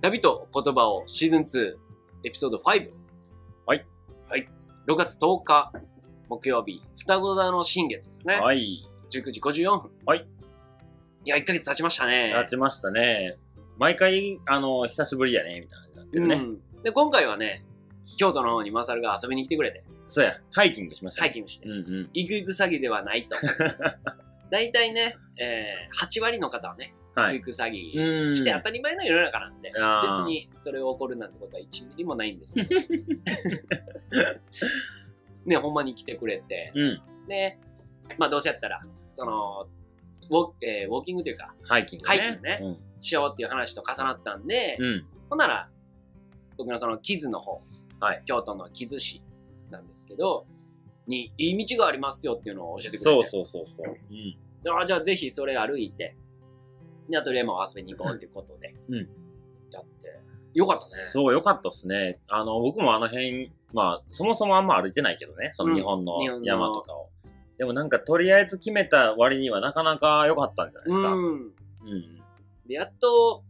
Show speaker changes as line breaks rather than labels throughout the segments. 旅と言葉をシーズン2エピソード5
はい
はい6月10日木曜日双子座の新月ですね、
はい。
19時54分
はい
いや1ヶ月経ちましたね
立ちましたね。毎回、あの、久しぶりやね、みたいな感じになってるね。
うん、で今回はね京都の方にマサルが遊びに来てくれて
そうや、ハイキングしました
ハイ
ね。
キングして、
うんうん。
イグイグ詐欺では ないと大体ね、えー8割の方はね、
は
イ
い。
グイグ詐欺、
う
して当たり前の世の中なんで、
あー
別にそれを怒るなんてことは1ミリもないんです けどねほんまに来てくれて
うん。
でまあどうせやったらそのウォ,、えーウォーキングというか
ハイキングね。
ハイキングね
うん。
しようっていう話と重なったんで、
うん。
ほんなら僕のその木津の方、
はい
京都の木津市なんですけどにいい道がありますよっていうのを教えてくれて
そうそうそうそう。うん。
じゃあ、じゃあぜひそれ歩いて、で、アトリエも遊びに行こうっていうことで、
うん
やって、よかったね。
そう、よかったっすね。あの、僕もあの辺、まあ、そもそもあんま歩いてないけどね、その日本の
うん日本の
山とかを。でもなんか、とりあえず決めた割にはなかなか良かったんじゃないですか。
うん。
うん。
で、やっと、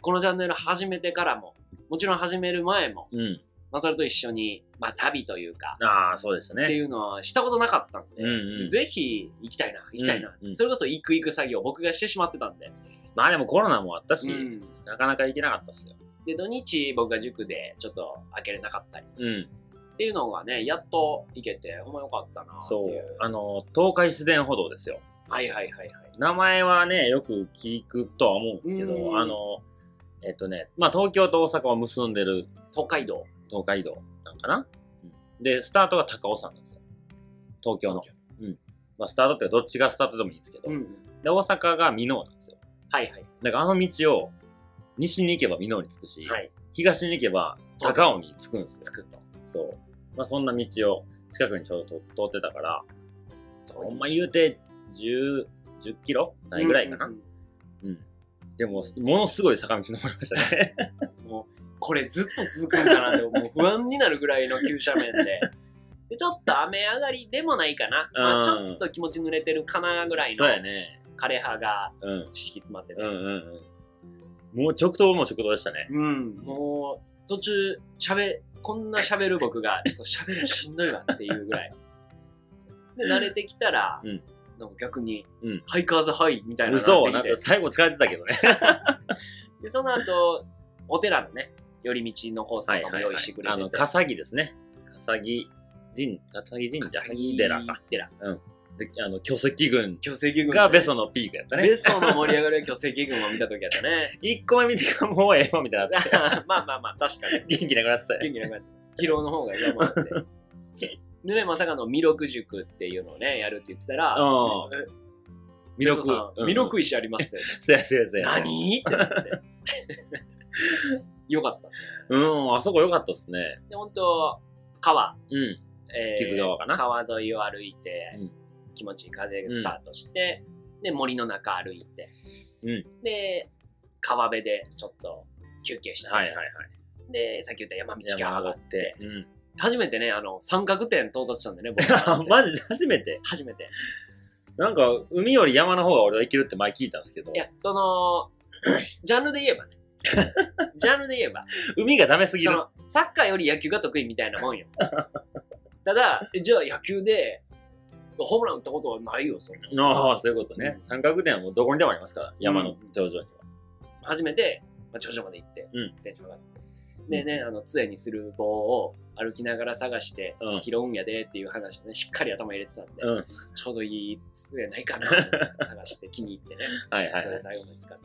このチャンネル始めてからも、もちろん始める前も、
うん。
マサルと一緒に、まあ、旅というか、
ああ、そうでした
って
ね。
いうのはしたことなかったんで、
うんうん
ぜひ行きたいな、行きたいな。
うんうん
それこそ行く行く作業を僕がしてしまってたんで。
まあでもコロナもあったし、
うん
なかなか行けなかったっすよ。
で、土日僕が塾でちょっと開けれなかったり
うん。
っていうのがね、やっと行けて、ほんまよかったなって
そ
いう
う。あの、東海自然歩道ですよ。
はいはいはいはい。
名前はね、よく聞くとは思うんですけ
うん
ど、あの、えっとね、まあ東京と大阪を結んでる
東海道。
東海道なんかな、うんで、スタートが高尾山なんですよ。東京の。うん。まあスタートってどっちがスタートでもいいんですけど、
うん、
で、大阪が箕面なんですよ。
はいはい。
だからあの道を、西に行けば箕面に着くし、
はい。
東に行けば高尾に着くんですよ
つ。くと。
そう。まあそんな道を近くにちょうどと通ってたから、
そ
ほんま言うて10、10キロないぐらいかな。
うん
うん。でも、ものすごい坂道登りましたね。
もう、これずっと続くんかなって、 もう不安になるぐらいの急斜面で。で、ちょっと雨上がりでもないかな。まあ、
うん
ちょっと気持ち濡れてるかな ぐらいの
そうやね。
枯れ葉が
うん。
敷き詰まってて。
うんうんうん。もう直投も直投でしたね。
うん。もう、途中、喋、こんな喋る僕が、ちょっと喋るのしんどいわっていうぐ らい。で、慣れてきたら、
うん
なんか逆に、
うん
ハイカーズハイみたいなの
嘘
にな
な
っ
ん
て
か
きて
最後疲れてたけどね。
で、その後、お寺のね、寄り道のコースとかも用意してくれて
あ
て、
の、笠木ですね。笠木神、笠木神社。寺か。
寺。
で、あの、巨石群
巨石群、
がベソのピークやったね。。
ベソの盛り上がる巨石群を見た時やったね
一個目見てからもうええわ、みたいな。
まあまあまあ、確かに。
元気なくなってたよ。
元気なかった。疲労の方が上回 って。でね、まさかの弥勒塾っていうのをね、やるって言ってたら、
うん
え
魅
ベソ
力
さん。弥勒石ありますよ、 ね。
せやせやせや。
何ってなって。 よかった。
うん、あそこ良かったっすね。
で、本当川、
うん。
え
木津川かな
川沿いを歩いて、
うん
気持ちいい風がスタートして、で森の中歩いて、
うん
で川辺でちょっと休憩して、
はいはいはい。
でさっき言った山道が
山
上が
上が
っ
ってて。うん。
初めてねあの三角点到達したんでね 僕
マジで初めて
初めて
なんか、海より山の方が俺はいけるって前聞いたんですけど
い、やそのジャンルで言え ばねジャンルで言えば
海がダメすぎ
そ
る。
のサッカーより野球が得意みたいなもんよただえじゃあ野球でホームラン打ったことはないよそんな
ああ、そういうことね。三角点はもうどこにでもありますから、山の頂上には。
初めて、まあ、頂上まで行って、
うん
テンション上がって。でね、あの杖にする棒を歩きながら探して
うん
拾うんやでっていう話をね、しっかり頭入れてたんで、
うん。
ちょうどいい杖ないかなと思って探して気に入ってね、
はいはい
そ
は
れ
い。
最後まで使って。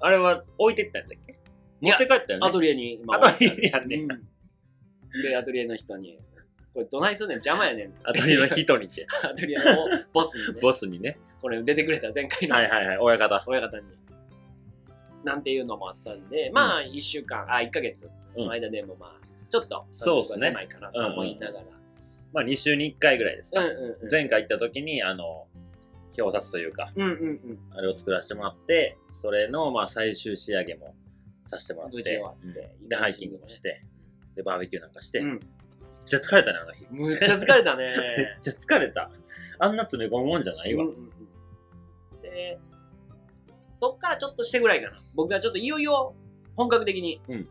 あれは置いてったんだっけ
い
持
や
って帰ったよね。
アトリエに今
アトリエやね
うんで、アトリエの人に、これどないすんねん、邪魔やねん。
アトリエの人にって。
アトリエのボスにね、
ボスにね。
これ出てくれた前回の
はいはいはい、親方。
親方に。なんていうのもあったんで、まあ1週間、あ、1ヶ月の間でもまあ、ちょっと、
そうっすね
狭いかなと思いながら。
まあ2週に1回ぐらいですか
うん。うんうん。
前回行った時に、あの、表札というか、
うんうんうん。
あれを作らせてもらって、それのまあ最終仕上げもさせてもらって、
無事終わって
うんで、ハイキングもして、で、バーベキューなんかして、
う
めっ
ん、
ちゃ疲れたね、あの日。
むっちゃ疲れたね。
めっちゃ疲れた。あんな詰め込むもんじゃ ないわ
うん。うんうんで、そっからちょっとしてぐらいかな。僕がちょっといよいよ本格的に、
うん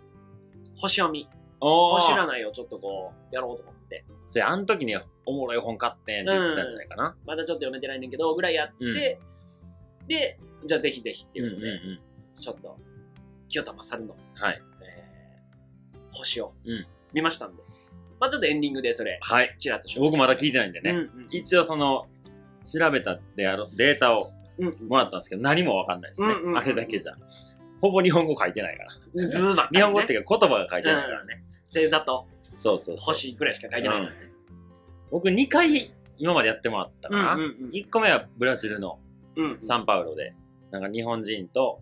星読み、
お
星
ー
占いをちょっとこう、やろうと思って、
それあの時におもろい本買ってんって言ってたんじゃないかな。
まだちょっと読めてないねんだけど、ぐらいやって、
うん
で、じゃあぜひぜひって
うん
いううんので、
う
ちょっと、清田勝の、
ん。はい。
えー星を
うん
見ましたんで、まあちょっとエンディングでそれ、
はい。
ちらっと紹介
僕まだ聞いてないんでね。
うんうん
一応その、調べたであろデータを
うんうん
もらったんですけど、何もわかんないですね。
うんうんうん
あれだけじゃ。ほぼ日本語書いてないから。
ズーバッ
日本語っていうか言葉が書いてないからね。
星座と
そうそうそう。
星ぐらいしか書いてない。
うん僕2回今までやってもらったかな。
うんうんうん
1個目はブラジルの
うんうん
サンパウロで、なんか日本人と、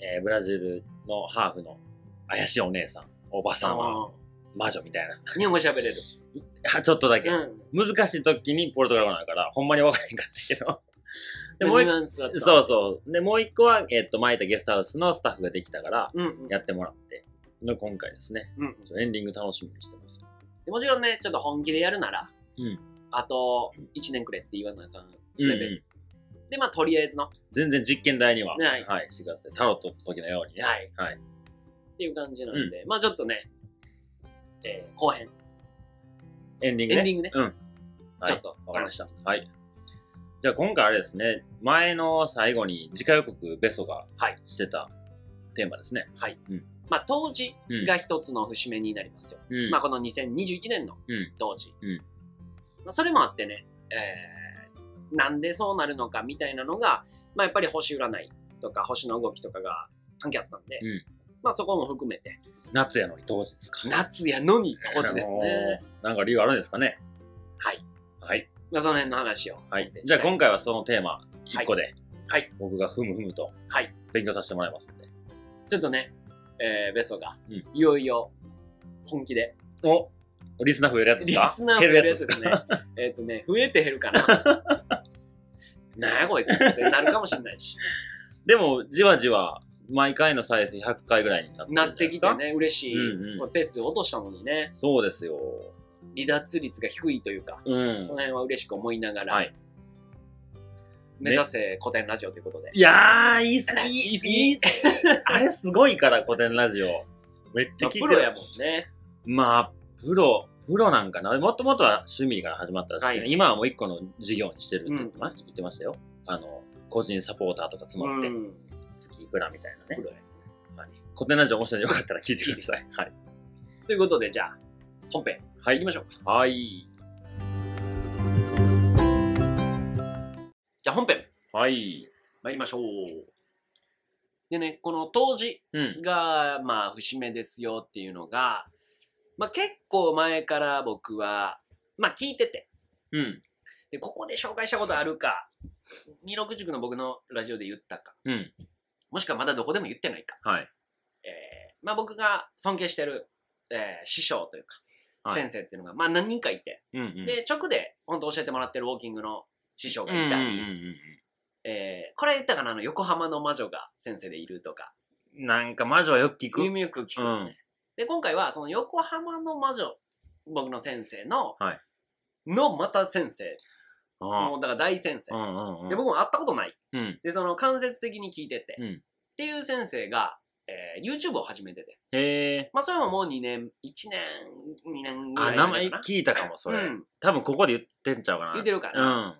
えーブラジルのハーフの怪しいお姉さん、おばさんは魔女みたいな。
日本語喋れる。
あちょっとだけ。
うん。
難しい時にポルトガル語なるから、ほんまにわからへんかったけど。 で、も
もう
う一
一つは
個、そうそう。で、もう一個は、えっと、前いたゲストハウスのスタッフができたから、
うんうん。
やってもらって、の今回ですね。
うんうん
ちょっとエンディング楽しみにしてます。
でもちろんね、ちょっと本気でやるなら、
うん
あと1年くれって言わなあかん。
うん、う
レベ
ん。
で、まあとりあえずのっ
全然実験台には、
はい
はい、してください。タロットの時のようにね。
はい。
はい。
ていう感じなんで、まあちょっとね、えー後編、
エンディングね。
エンディングね、
うん。はい
ちょっと
わかりました。はい。じゃあ今回あれですね、前の最後に次回予告ベソが
はい
してたテーマですね。
まあ当時
うん
が一つの節目になりますよ。
うん
まあこの2021年の
うん
当時。
うん
まあ、それもあってね、えーなんでそうなるのかみたいなのが、まあ、やっぱり星占いとか星の動きとかが関係あったんで、
うん
まあそこも含めて、
夏やのに当時ですか。
夏やのに当時ですね。。
なんか理由あるんですかね。
はい。
はい。
まあその辺の話を。
はい。じゃあ今回はそのテーマ1個で、
はい
僕がふむふむと
はい
勉強させてもらいますんで。
ちょっとね、えーベソが
うん、
いよいよ本気で、
おリスナー増えるやつで
リ
すか
スナー増えるやつですね。えっとね、増えて減るか な。なんやこいつってなるかもしれないし。
でも、じわじわ、毎回の再生100回ぐらいになってるんじゃ
ないって
です
き
か
て。ね、嬉しい。
うんうん
これペース落としたのにね、
そうですよ。
離脱率が低いというか、
うん
その。辺は嬉しく思いながら、
はい
目指せ古典ラジオということで。
いやー、言い過ぎ。
言い過ぎ
言い過ぎあれすごいから、古典ラジオ。めっちゃ
まあ
聞いて
プ
る。
ロやもんね。
まあ、プロ、プロなんかな。もともとは趣味から始まったらしいけど、
はい
今はもう一個の事業にしてるって言って,、
うん
言ってましたよ。あの、個人サポーターとか詰まって、
うん
月いくらみたいな
プ
ね。
ロや
はい古典ラジオ面白いのでよかったら聞いてください。はい。
ということで、じゃあ、本編、
はい、
行きましょうか。
う。はい。
じゃあ本編、
はい。
参りましょう。でね、この当時
うん。
が、まあ、節目ですよっていうのが、まあ結構前から僕は、まあ聞いてて、
うん。
で、ここで紹介したことあるか、ミロク塾の僕のラジオで言ったか、
うん。
もしくはまだどこでも言ってないか、
はい。
えーまあ僕が尊敬してる、えー師匠というか、
はい
先生っていうのが、まあ何人かいて、
うん、うん。
で、直で本当教えてもらってるウォーキングの師匠がいたり、
うんうんうん
えーこれ言ったかな、あの、横浜の魔女が先生でいるとか、
うんなんか魔女はよく聞く。
耳よく聞く、
うん
で、今回はその横浜の魔女、僕の先生の、
はい
のまた先生、
あ
もうだから大先生
あ。う、んうんうん。
で、僕も会ったことない。
うん。
で、その間接的に聞いてて、
う
っ
ん。
ていう先生が、えー YouTube を始めてて、
へえ。
まあそれももう2年、1年、2年ぐら
あ、
い
名
前
前
かな
聞いたかも、それ。
うん、
多分ここで言ってんちゃうかな。
言ってるから
う
な、
ん。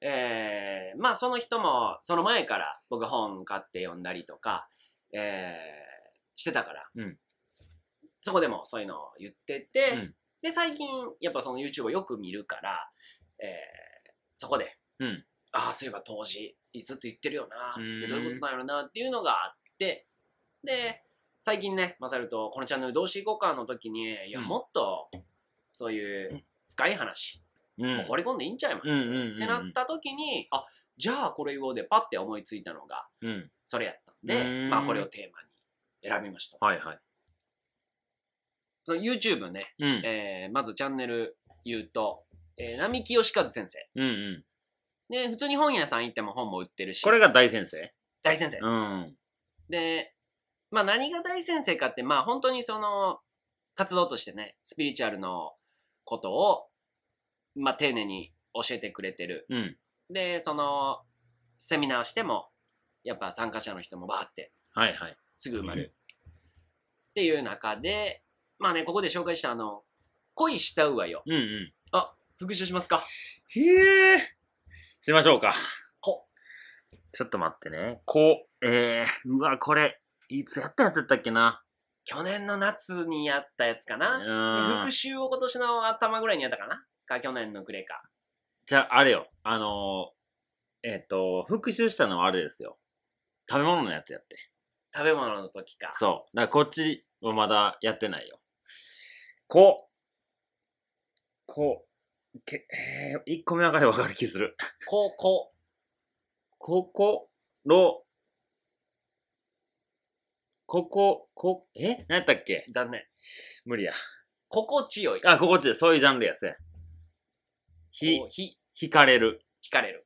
えーまあその人もその前から僕本買って読んだりとか、えーしてたから、
うん
そこでもそういうのを言ってて、
うん
で最近やっぱその YouTube をよく見るから、えーそこで、
うん
ああそういえば当時ずっと言ってるよな
うーん
でどういうことなんやろなっていうのがあってで最近ねマサルとこのチャンネルどうしていこうかの時にいや
うん
もっとそういう深い話、
うん。
もう掘り込んでいいんちゃいます、
うんうんうん。
ってなった時に、あじゃあこれ言おうでパッて思いついたのが
うん。
それやったん
う
で
ーん
まあこれをテーマに選びました、
はいはい。
その YouTube ね、
うん。
えーまずチャンネル言うと、えー、並木義和先生
うんうん。
で普通に本屋さん行っても本も売ってるし
これが大先生
大先生、
うん。
でまあ何が大先生かってまあ本当にその活動としてねスピリチュアルのことをまあ丁寧に教えてくれてる
うん。
でそのセミナーしてもやっぱ参加者の人もバーって
はいはい。
すぐ埋まるっていう中で、まあね、ここで紹介したあの、恋したうわよ。
うんうん。
復習しますか。
へえ。しましょうか。
こ。
ちょっと待ってね。こう。えー、うわ、これ、いつやったやつだったっけな。
去年の夏にやったやつかな。で
うん
復。習を今年の頭ぐらいにやったかな。か、去年の暮れか。
じゃあ、あれよ。あのー、えっ、と、復習したのはあれですよ。食べ物のやつやって。
食べ物の時か。
そう。だからこっちはまだやってないよ。こう。こう。けえー、1個目分かれば分かる気する。
こう、こ
ここ、ろ、ここ、こ、え何やったっけ
う。残念。
無理や。
心地よい。
あ、心地いい。そういうジャンルやせ。ひ
こう、ひ、
惹かれる。
惹かれる。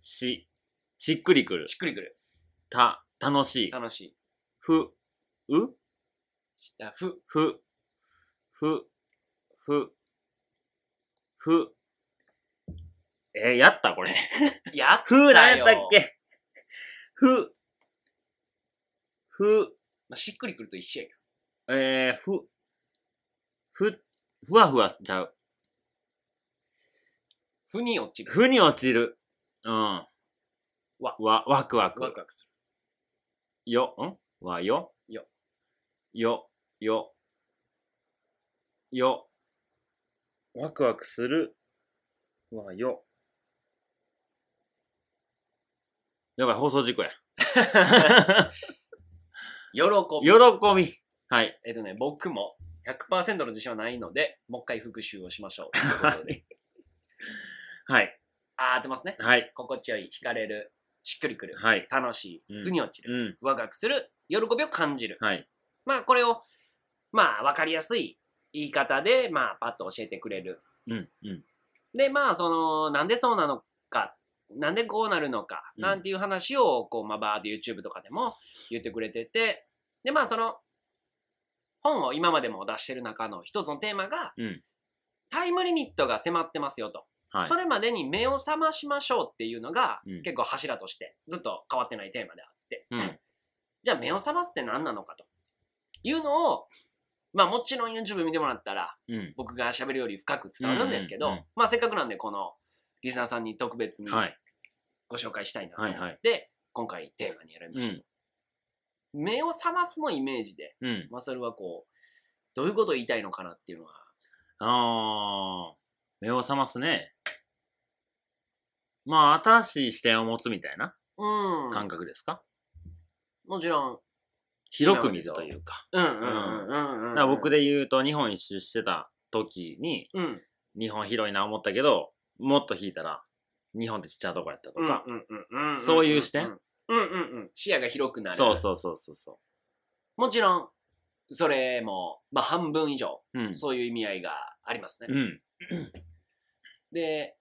し、しっくりくる
し。っくりくる。
た、楽しい。
楽しい。
ふ、う
しあふ、
ふ、ふ、ふ、ふ。えーやったこれ。
やっ
ふ、
だ
何や
よ
ったっけふ、ふ、
まあ、しっくりくると一緒やけど。
えー、ふ、ふ、ふわふわしちゃう。
ふに落ちる。
ふに落ちる。うん。わ、
わ
わ、わくわく。
ワクワクする。
よ、んわ、よ。
よ。
よ、よ。よ。ワクワクする。わ、よ。やばい、放送事故 や。
喜び。
喜び。はい。
えっとね、僕も100%の自信はないので、もう一回復習をしましょう。と いうことで
はい。
あー、合ってますね。
はい。
心地よい、惹かれる、しっくりくる、
はい。
楽し
う
い、
ん
腑に落ちる、
うん。
ワクワクする、喜びを感じる。
はい。
まあ、これを、まあ、わかりやすい言い方で、まあ、パッと教えてくれる。
うん。うん。
で、まあ、その、なんでそうなのか、なんでこうなるのか、
うん
なんていう話を、こう、まあ、バーで YouTube とかでも言ってくれてて、で、まあ、その、本を今までも出してる中の一つのテーマが、
うん。
タイムリミットが迫ってますよと。
はい
そ。れまでに目を覚ましましょうっていうのが、
うん
結構柱としてずっと変わってないテーマであって、
うん。
じゃあ目を覚ますって何なのかというのを、まあもちろん YouTube 見てもらったら
うん。
僕が喋るより深く伝わるんですけど、
うんうんうん
まあせっかくなんでこのリスナーさんに特別に
はい。
ご紹介したいなと思って、
はいは
今回テーマに選びました、目を覚ますのイメージで、
うん。
まあそれはこう、どういうことを言いたいのかなっていうのは、
あー。目を覚ますね。まあ、新しい視点を持つみたいな
うん。
感覚ですか、
もちろん、
広く見るというか。
うんうんうんうんうん、うん。
だから僕で言うと、日本一周してた時に、
うん、
日本広いな思ったけど、もっと引いたら、日本ってちっちゃいとこやったと
うん
か、
うんうんうん
そういう視点
うんうんうん視野が広くなる
そうそうそうそうそ
もちろんそれも、まあ、半分以上
う。うん。
そういう意味合いがありますね、
うん。
で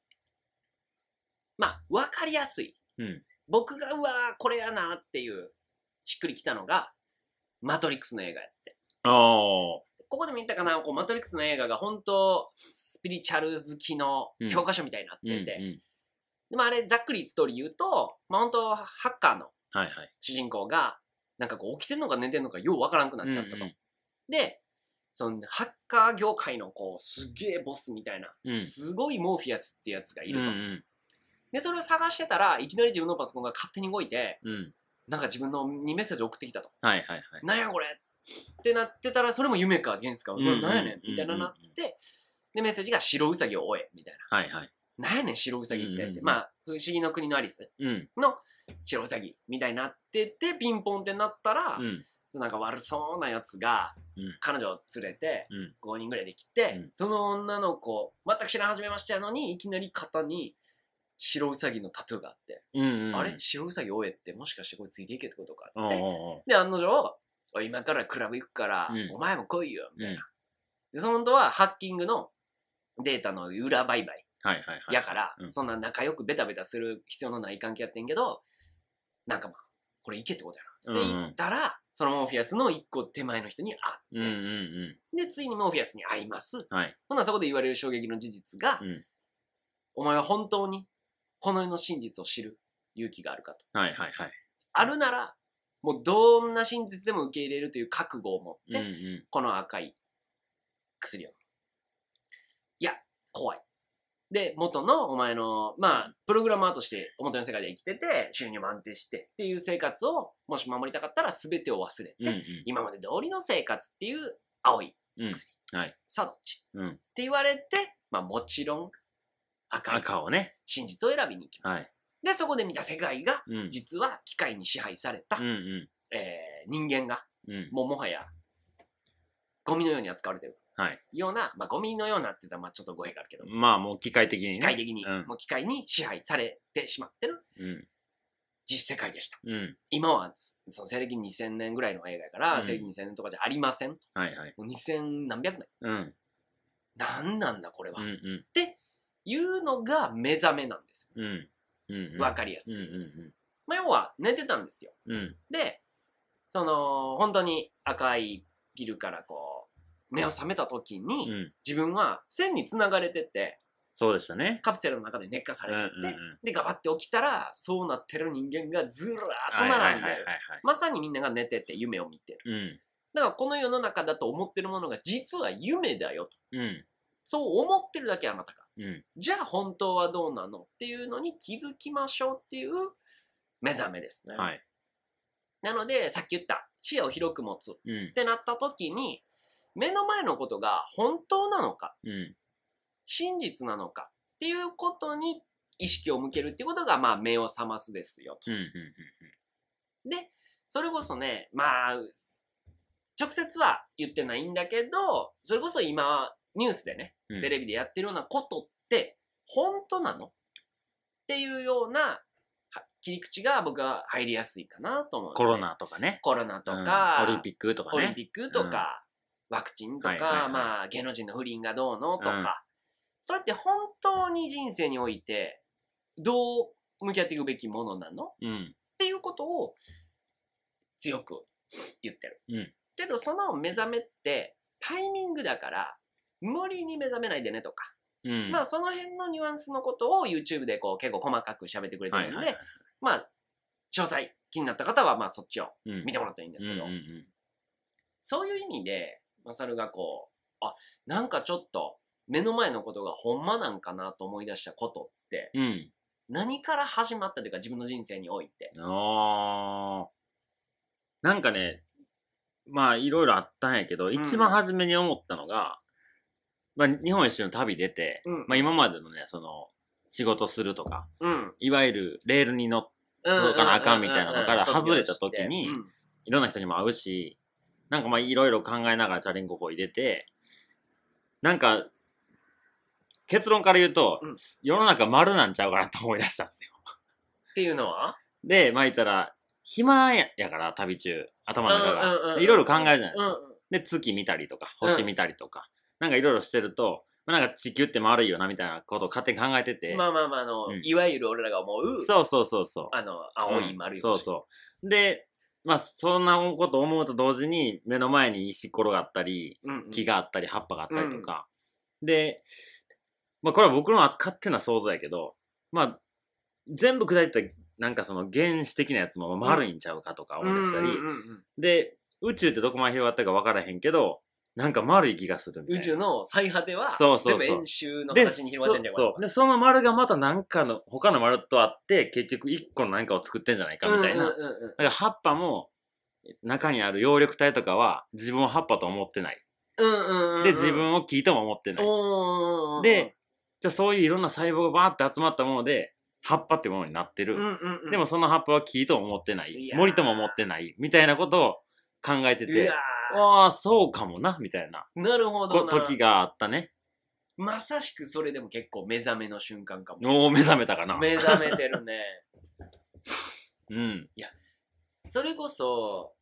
まあ分かりやすい
うん。
僕がうわーこれやなっていうしっくりきたのが「マトリックス」の映画やって
ああ。
ここでも言ったかなこうマトリックスの映画が本当スピリチュアル好きの教科書みたいになっ
うん。
て
う
て、
ん。
でもあれざっくりストーリー言うと、まあ、本当ハッカーの
はいはい。
主人公がなんかこう起きてんのか寝てんのかようわからんくなっちゃったと、
うんうん
でそのハッカー業界のこうすげえボスみたいな
うん。
すごいモーフィアスってやつがいると、
うん
でそれを探してたらいきなり自分のパソコンが勝手に動いて
うん。うん。
なんか自分のにメッセージ送ってきたと
はいはいはい。
「なんやこれ!」ってなってたらそれも夢か現実か、
うんうんうん
なんやねんみたいななってでメッセージが「白ウサギを追え」みたい
はいはい。
な「なんやねん白ウサギって」って、
うんうんうん
まあ不思議の国のアリス
うん。
の白ウサギみたいになっててピンポンってなったら、
うん。
なんか悪そうなやつが、
うん
彼女を連れて
うん
5人ぐらいで来て、
うん
その女の子全く知らん初めましてやのにいきなり肩に白ウサギのタトゥーがあって、
うん。うん。
あれ白ウサギ追えってもしかしてこれついていけってことかっつ
おう
って、
おうおう
で案の定おい今からクラブ行くから、
うん
お前も来いよみたいな、
う
で
ん
その後はハッキングのデータの裏売買
はいはいはい。
やから、
うん
そんな仲良くベタベタする必要のない関係やってんけど、なんかまあ、これ行けってことやな。
うんうん
で、行ったら、そのモーフィアスの一個手前の人に
うん
会
う
っ
ん
て、
う
で、ついにモーフィアスに会います。
ん。はい。
ほな、そこで言われる衝撃の事実が、
うん
お前は本当にこの世の真実を知る勇気があるかと。
はいはいはい。
あるなら、もうどんな真実でも受け入れるという覚悟を持って、
うん
この赤い薬を。いや、怖い。で、元のお前の、まあ、プログラマーとして表の世界で生きてて、収入も安定してっていう生活を、もし守りたかったら全てを忘れて、
うんうん
今まで通りの生活っていう青い
うん
薬。
はい
さあどっち
うん
って言われて、まあもちろん赤い
赤をね
真実を選びに行きます。
はい
で、そこで見た世界が、
うん
実は機械に支配された、
うんうん
えー人間が、
うん
もうもはや、ゴミのように扱われてる。
はい
ような、まあ、ゴミのようなって言ったら、まあ、ちょっと語弊があるけど、
まあもう機械的にね
機械的に、
うん
もう機械に支配されてしまってる
うん
実世界でした。
うん
今は、その西暦2000年ぐらいの映画やから、
うん
西暦2000年とかじゃありません。も
はいはいう
2000何百年。
うん
なんなんだこれは。
うん
っ
うん
ていうのが目覚めなんです
うんうんうん
よ。わかりやす
うん
い。
うん
まあ、要は、寝てたんですよ。
うんうん
で、その、本当に赤いピルからこう、目を覚めた時に、
うん
自分は線に繋がれてて、
そうでしたね
カプセルの中で熱化さ
うん
れ
うん
てて、
うん
で、ガバって起きたら、そうなってる人間がずらーっと
はいはい
並
は
ん
い
で
はい
る、まさにみんなが寝てて夢を見てる。
うん
だからこの世の中だと思ってるものが実は夢だよと。
うん
そう思ってるだけあなたが。
うん
じゃあ本当はどうなのっていうのに気づきましょうっていう目覚めですね。
はい
なので、さっき言った視野を広く持つっ
うん
てなった時に、目の前のことが本当なのか、
うん
真実なのかっていうことに意識を向けるっていうことが、まあ目を覚ますですよと。
うん
で、それこそね、まあ、直接は言ってないんだけど、それこそ今、ニュースでね、
うんうん
テレビでやってるようなことって、本当なのっていうようなは切り口が僕は入りやすいかなと思う。
コロ。ナとかね
コロナとか、
うんオリンピックとか
オリン
ね
ピックとか、ワクチンとか、
はいはいはい
まあ、芸能人の不倫がどうのとか、
うん
それって本当に人生において、どう向き合っていくべきものなの
うん
っていうことを強く言ってる、
うん
けどその目覚めってタイミングだから無理に目覚めないでねとか、
うん
まあその辺のニュアンスのことを YouTube でこう結構細かく喋ってくれて
は
るん
い
で、
はいはい
まあ詳細気になった方はまあそっちを
うん
見てもらったらいいんですけど、
うんうん
そういう意味でマサルがこうあなんかちょっと目の前のことがほんまなんかなと思い出したことって
うん
何から始まったというか自分の人生において。
うんあーなんかねまあいろいろあったんやけど
ん
一番初めに思ったのがまあ日本一周の旅出て
うん
まあ今までのねその仕事するとか
うん
いわゆるレールに乗って届かなあかんみたいなのから外れた時にいろんな人にも会うしなんかまあいろいろ考えながらチャリンコこいでてなんか結論から言うと、
うん
世の中丸なんちゃうかなと思い出したんですよ
っていうのは
で、まあ言ったら、暇やから、旅中、頭の中
うんうんうん
が。でいろいろ考えるじゃないです
う
か。
ん
で、月見たりとか、
うん
星見たりとか、なんかいろいろしてると、まあ、なんか地球って丸いよな、みたいなことを勝手に考えてて。
まあまあまああの、
うん
いわゆる俺らが思う
そうそうそうそう。
あの青い丸い星、
うんそうそう。で、まあ、そんなこと思うと同時に、目の前に石ころがあったり、
うんうん
木があったり、葉っぱがあったりとか。で、まあ、これは僕の勝手な想像やけど、まあ、全部砕いた、なんかその原始的なやつも丸いんちゃうかとか思い出したり、
うんうんうんうん
で、宇宙ってどこまで広がったか分からへんけど、なんか丸い気がするみたいな。
宇宙の最果ては
そうそうそう
全部円周の
で
形に広がってんじゃん
そうそうで、その丸がまたなんかの、他の丸とあって、結局一個の何かを作ってんじゃないかみたいな。
うん
だ
うんうんうん
から葉っぱも、中にある葉緑体とかは自分を葉っぱと思ってない。
うんうんうんうん
で、自分を聞いても思ってない。
おー
で、じゃあそういういろんな細胞がバーって集まったもので、葉っぱってものになって
う
る。
んうんうん
でもその葉っぱは木とも思ってない
いやー
森とも思ってない。みたいなことを考えて
う
て
わ、
ああ、そうかもな、みたいな。
ーなるほど
こ
な
時があったね。
まさしくそれでも結構目覚めの瞬間かも
おお目覚めたかな。
目覚めてるね
うん。
それこそ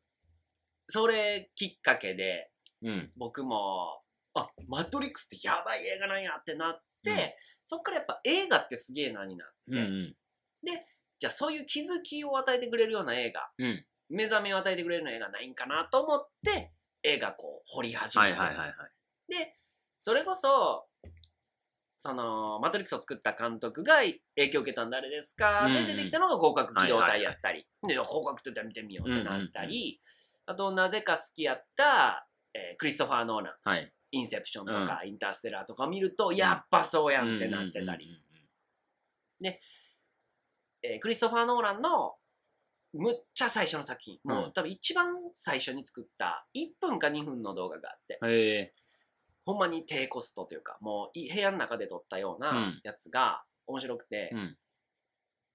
それきっかけで
うん。
僕も、あ、マトリックスってやばい映画なんやってなって、
うん
そっからやっぱ映画ってすげえなになって、
うんうん。
じゃあそういう気づきを与えてくれるような映画、
うん
目覚めを与えてくれるような映画ないんかなと思って、映画こう掘り始
は
め
い
た。
はいはいはい。
で、それこそ、その、マトリックスを作った監督が影響を受けたん誰ですか、
うんうん
で出てきたのが広角機動
はいは
隊
いは
や
い
ったり、で広角機動隊見てみようってなったり、あと、なぜか好きやった、えークリストファー・ノーラン、
はい。
インセプションとか、インターステラーとか見ると、やっぱそうやんってなってたり、えークリストファー・ノーランのむっちゃ最初の作品、もう多分一番最初に作った1分か2分の動画があって、
うんうんうん。へえ。
ほんまに低コストというか、もうい部屋の中で撮ったよう
う
なんやつが面白くて、
うん。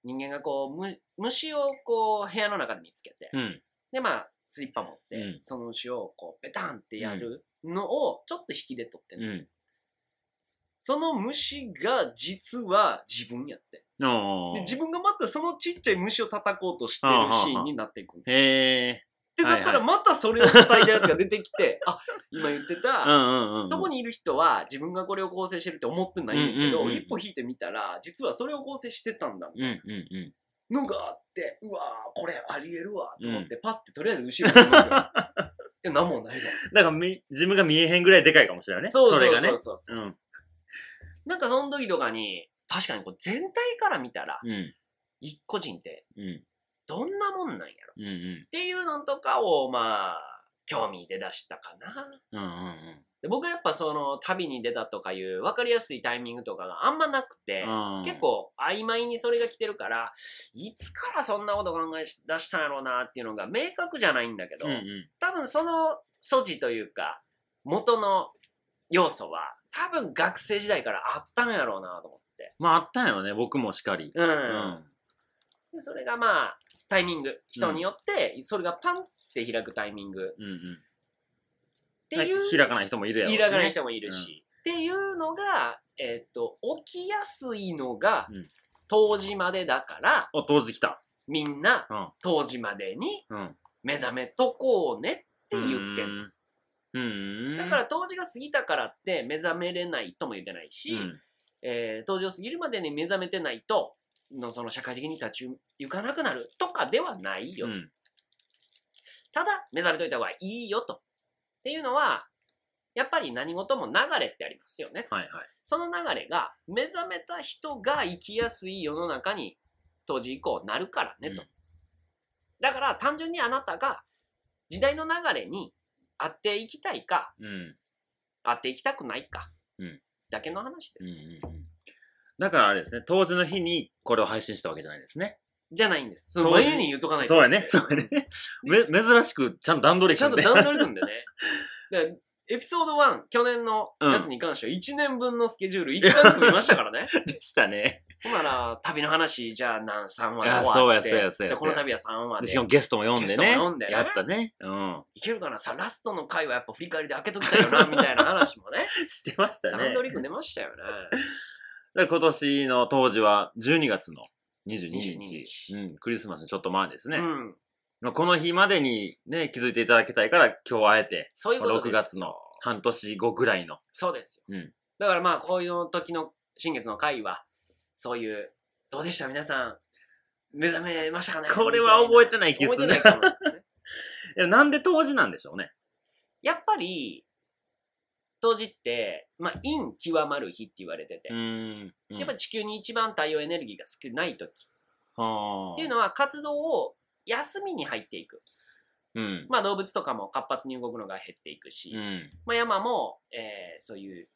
人間がこうむ虫をこう部屋の中で見つけて、
うん。
でまあスリッパ持って、
うん
その虫をこうベタンってやるのをちょっと引きで撮ってん
う
の
ん。
その虫が実は自分やって
お
で
ー
自分がまたそのちっちゃい虫を叩こうとしてるシーンになっていくのっ
へえ。
てなったらまたそれを叩いてるやつが出てきてあ今言ってた、
うんうんうん。
そこにいる人は自分がこれを構成してるって思ってないんだけ
うんうんうん
ど、
うん
一歩引いてみたら、実はそれを構成してたんだ
うんうんうん。
のがあって、うわー、これありえるわと思って、パッてとりあえず後ろに向くよい や、なんもないわ。
だからみ自分が見えへんぐらいでかいかもしれないね。
そうそう
それが
そ
ね
う。そうそう。
うん。
なんかその時とかに、確かにこう全体から見たら、
うん。
一個人って
うん。
どんなもんなんやろっ
うんうん。
ていうのとかを、まあ、興味出だしたかな。
うんうん
で僕はやっぱその旅に出たとかいう分かりやすいタイミングとかがあんまなくて、
うんうん。
結構曖昧にそれが来てるからいつからそんなこと考え出したんやろうなっていうのが明確じゃないんだけど、
うんうん。
多分その素地というか元の要素は多分学生時代からあったんやろうなと思って、
まああったんやろね、僕もしかり。
うん
うん。
でそれがまあタイミング人によってそれがパンって開くタイミングっ
うんうん。
ていう、
開かない人もいるやろうしね
開かない人もいるし、っていうのが、えっと起きやすいのが、
うん
当時までだから
お当時来た
みんな
うん
当時までに
うんっ
目覚めとこうねって言ってんの
うん
だから当時が過ぎたからって目覚めれないとも言ってないし、
うん
えー当時を過ぎるまでに目覚めてないとのその社会的に立ち行かなくなるとかではないよ、
うん
ただ目覚めといた方がいいよとっていうのはやっぱり何事も流れってありますよね
はいはい
その流れが目覚めた人が生きやすい世の中に当時以降なるからねと、
うん
だから単純にあなたが時代の流れに合っていきたいか
うん
合っていきたくないか、
うん
だけの話です、
うんうんうんだからあれですね当時の日にこれを配信したわけじゃないですね
じゃないんですその
当時
前に言っとかないと
そうやね そうやねめ珍しくちゃんと段取り
ちゃんと
組で
段取り 組んでねだからエピソード1去年のやつに関しては1年分のスケジュール1回組みました からね
でしたね
ほんなら旅の話じゃあ何3話
いや
で終わっ
そうやそうや
て
そうや
じゃあこの旅は3話
で
で
しかもゲストも読んで
ゲス
ね
トも読んでね
やったね うん
いけるかなさラストの回はやっぱ振り返りで開けときたい よなみたいな話もね
してましたね
段取り組んでましたよね
だから今年の当時は12月の22日
22日
うん、クリスマスのちょっと前ですね、
うん
まあこの日までにね気づいていただきたいから今日あえて
そういうことです
6月の半年後ぐらいの
そうですよ、
うん
だからまあこういう時の新月の回はそういうどうでした皆さん目覚めましたかね
これは覚えてない気がするね
覚えてないかもね
いやなんで当時なんでしょうね。
やっぱり当時って、まあ、陰極まる日って言われてて、
ん。
やっぱ地球に一番太陽エネルギーが少ない時っ
はあ。
ていうのは活動を休みに入っていく、
うん。
まあ、動物とかも活発に動くのが減っていくし、
うん。
まあ、山も、えーそういう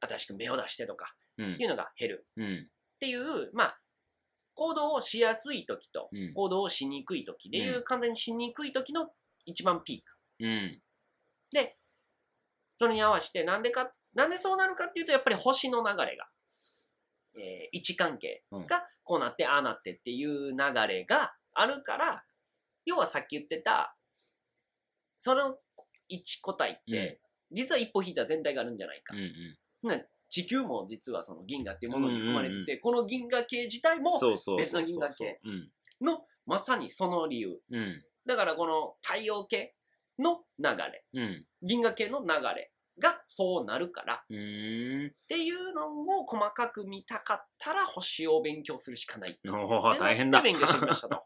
新しく芽を出してとか
うん
いうのが減る
うん。
っていう、まあ、行動をしやすい時と
うん
行動をしにくい時でいう、
う
完全にしにくい時の一番ピーク
うん。
でそれに合わせてなんでかなんでそうなるかっていうとやっぱり星の流れが、えー位置関係がこうなって、ああなってっていう流れがあるから要はさっき言ってたその一個体って、実は一歩引いた全体があるんじゃないか
うん。う、ん。
ね地球も実はその銀河っていうものに
うん
生
うんうん
まれてて、この銀河系自体も
そうそう。
別の銀河系。
うん。
のまさにその理由
うん。
だからこの太陽系の流れ
うん。
銀河系の流れがそうなるからっ
うーん。
ていうのを細かく見たかったら星を勉強するしかないってな
お
って
ー大変だ。
勉強してきました と